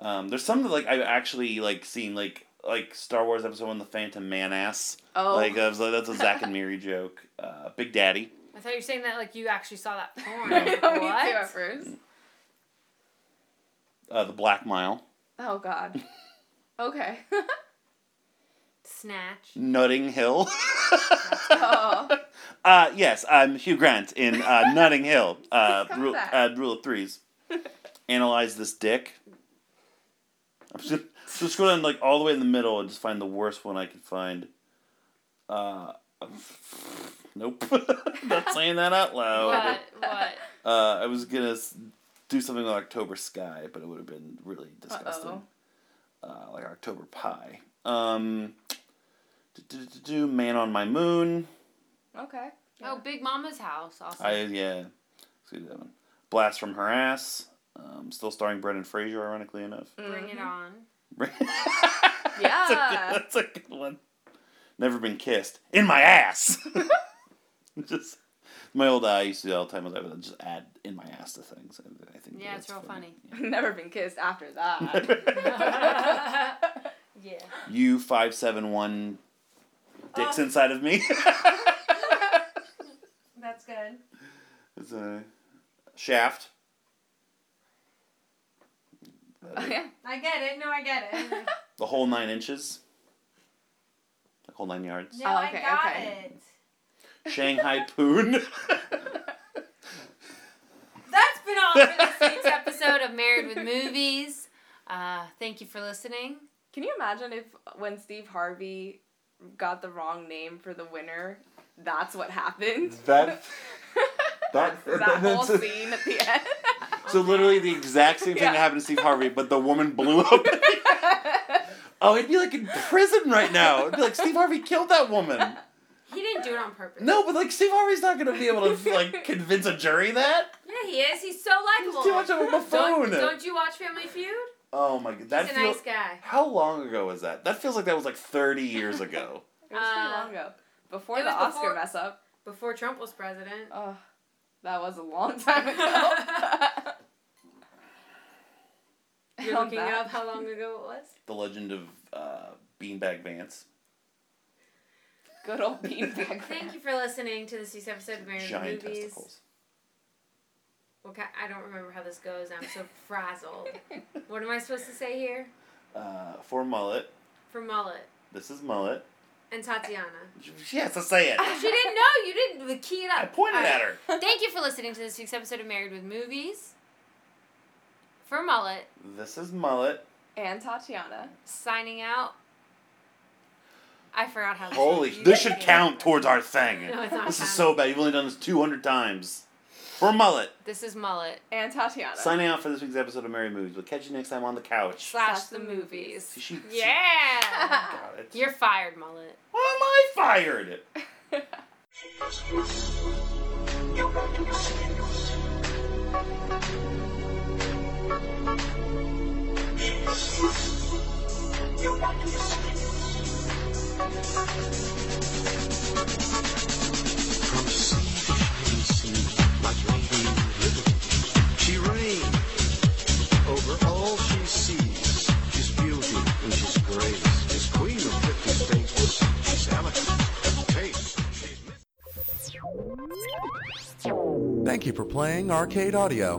Speaker 2: Um, there's some that like I've actually like seen like like Star Wars episode one, the Phantom Manass.
Speaker 3: Oh.
Speaker 2: Like that was, that's a Zack and Miri joke. Uh, Big Daddy.
Speaker 1: I thought you were saying that like you actually saw that
Speaker 2: <laughs>
Speaker 1: porn.
Speaker 3: <laughs> Me too at
Speaker 1: what?
Speaker 2: Mm.
Speaker 3: first.
Speaker 2: Uh, the Black Mile. <laughs>
Speaker 3: Oh God. Okay. <laughs>
Speaker 1: Snatch.
Speaker 2: Nutting Hill. <laughs>
Speaker 3: oh,
Speaker 2: Uh, yes, I'm Hugh Grant in uh, Nutting Hill. Uh,
Speaker 3: Please come
Speaker 2: rule,
Speaker 3: back.
Speaker 2: uh, rule of threes. Analyze this dick. I'm just, just go down like all the way in the middle and just find the worst one I could find. Uh, nope, <laughs> not saying that out
Speaker 1: What?
Speaker 2: loud.
Speaker 1: <laughs> What?
Speaker 2: Uh, I was gonna s- do something with October Sky, but it would have been really disgusting.
Speaker 3: Uh-oh.
Speaker 2: Uh, like October Pie. Um, do, do, do, do, Man on My Moon.
Speaker 3: okay.
Speaker 1: Oh, Big Mama's house. Also.
Speaker 2: I yeah, let's do that one. Blast from her ass. Um, still starring Brendan Fraser, ironically enough.
Speaker 1: Bring it on. Mm.
Speaker 2: <laughs> that's, a
Speaker 3: Yeah.
Speaker 1: Ah.
Speaker 2: good, that's a
Speaker 1: <laughs>
Speaker 2: good one. Never been kissed in my ass. <laughs> Just My old eye used to do that all the time. I would just add in my ass to things. and I think
Speaker 1: Yeah,
Speaker 2: that's
Speaker 1: it's real
Speaker 3: Never been kissed after
Speaker 2: <laughs>
Speaker 3: that.
Speaker 1: yeah.
Speaker 2: You five seven one,
Speaker 1: Uh.
Speaker 2: dicks inside
Speaker 1: <laughs>
Speaker 2: of me.
Speaker 4: That's good.
Speaker 2: it's a shaft.
Speaker 3: <laughs> yeah.
Speaker 4: I get it. No, I get
Speaker 1: <laughs>
Speaker 4: it.
Speaker 2: The whole nine inches. The whole nine yards.
Speaker 4: No,
Speaker 3: Oh, okay,
Speaker 4: I got
Speaker 3: okay.
Speaker 4: it.
Speaker 1: <laughs>
Speaker 2: Shanghai poon.
Speaker 1: That's been all for <laughs> this week's episode of Married with Movies. Uh, thank you for listening.
Speaker 3: Can you imagine if when Steve Harvey got the wrong name for the winner, that's what happened? <laughs>
Speaker 2: that
Speaker 3: That's that
Speaker 2: <laughs>
Speaker 3: whole
Speaker 2: that's-
Speaker 3: scene at the end. <laughs>
Speaker 2: So literally the exact same thing
Speaker 3: Yeah.
Speaker 2: that happened to Steve Harvey, but the woman
Speaker 1: <laughs>
Speaker 2: blew up. oh, he'd be like in prison right now. It'd be like Steve Harvey killed that woman.
Speaker 1: He didn't do it on purpose.
Speaker 2: No, but like Steve Harvey's not gonna be able to like convince a jury that.
Speaker 1: Yeah, he is. He's so likable.
Speaker 2: He's too much of a
Speaker 1: Don't,
Speaker 2: buffoon.
Speaker 1: don't you watch Family Feud?
Speaker 2: Oh my god, that
Speaker 1: He's a
Speaker 2: feels.
Speaker 1: nice guy.
Speaker 2: How long ago was that? That feels like that was like thirty years ago.
Speaker 3: It was pretty
Speaker 1: Uh,
Speaker 3: long ago. Before
Speaker 1: it
Speaker 3: the
Speaker 1: was
Speaker 3: Oscar
Speaker 1: before-
Speaker 3: mess up.
Speaker 1: Before Trump was president.
Speaker 3: Oh, that was a long time ago.
Speaker 1: <laughs>
Speaker 3: <laughs>
Speaker 1: You're
Speaker 3: On
Speaker 1: looking
Speaker 3: that.
Speaker 1: up how long ago it was?
Speaker 2: the Legend of uh, Beanbag Vance.
Speaker 3: Good old
Speaker 1: <laughs>
Speaker 3: beanbag.
Speaker 1: Thank you for listening to this week's episode of Married with
Speaker 2: Giant
Speaker 1: Movies.
Speaker 2: testicles.
Speaker 1: What ki- I don't remember how this goes. I'm so frazzled. what am I supposed to say here?
Speaker 2: Uh, for mullet,
Speaker 1: For mullet
Speaker 2: this is mullet.
Speaker 1: and Tatiana.
Speaker 2: She has to say it.
Speaker 1: She didn't know. You didn't key it up.
Speaker 2: I pointed
Speaker 1: All right.
Speaker 2: at her.
Speaker 1: <laughs> Thank you for listening to this week's episode of Married with Movies. For Mullet,
Speaker 2: This is mullet.
Speaker 3: And Tatiana.
Speaker 1: signing out. I forgot how this
Speaker 2: Holy,
Speaker 1: you
Speaker 2: this should
Speaker 1: did it.
Speaker 2: count towards our thing.
Speaker 1: No, it's not
Speaker 2: this is
Speaker 1: counting.
Speaker 2: so bad. You've only done this 200 times. For Mullet,
Speaker 1: This is Mullet.
Speaker 3: And Tatiana.
Speaker 2: signing out for this week's episode of Merry Movies. We'll catch you next time on the couch.
Speaker 1: Slash
Speaker 3: Slash
Speaker 1: the
Speaker 3: the
Speaker 1: movies.
Speaker 2: She- she-
Speaker 1: Yeah!
Speaker 2: Got it.
Speaker 1: <laughs> You're fired, Mullet.
Speaker 2: Why am I fired?
Speaker 5: She reigns over all she sees. She's beauty and she's grace. She's queen of fifty states. She's elegant. Taste. She's
Speaker 6: Thank you for playing Arcade Audio.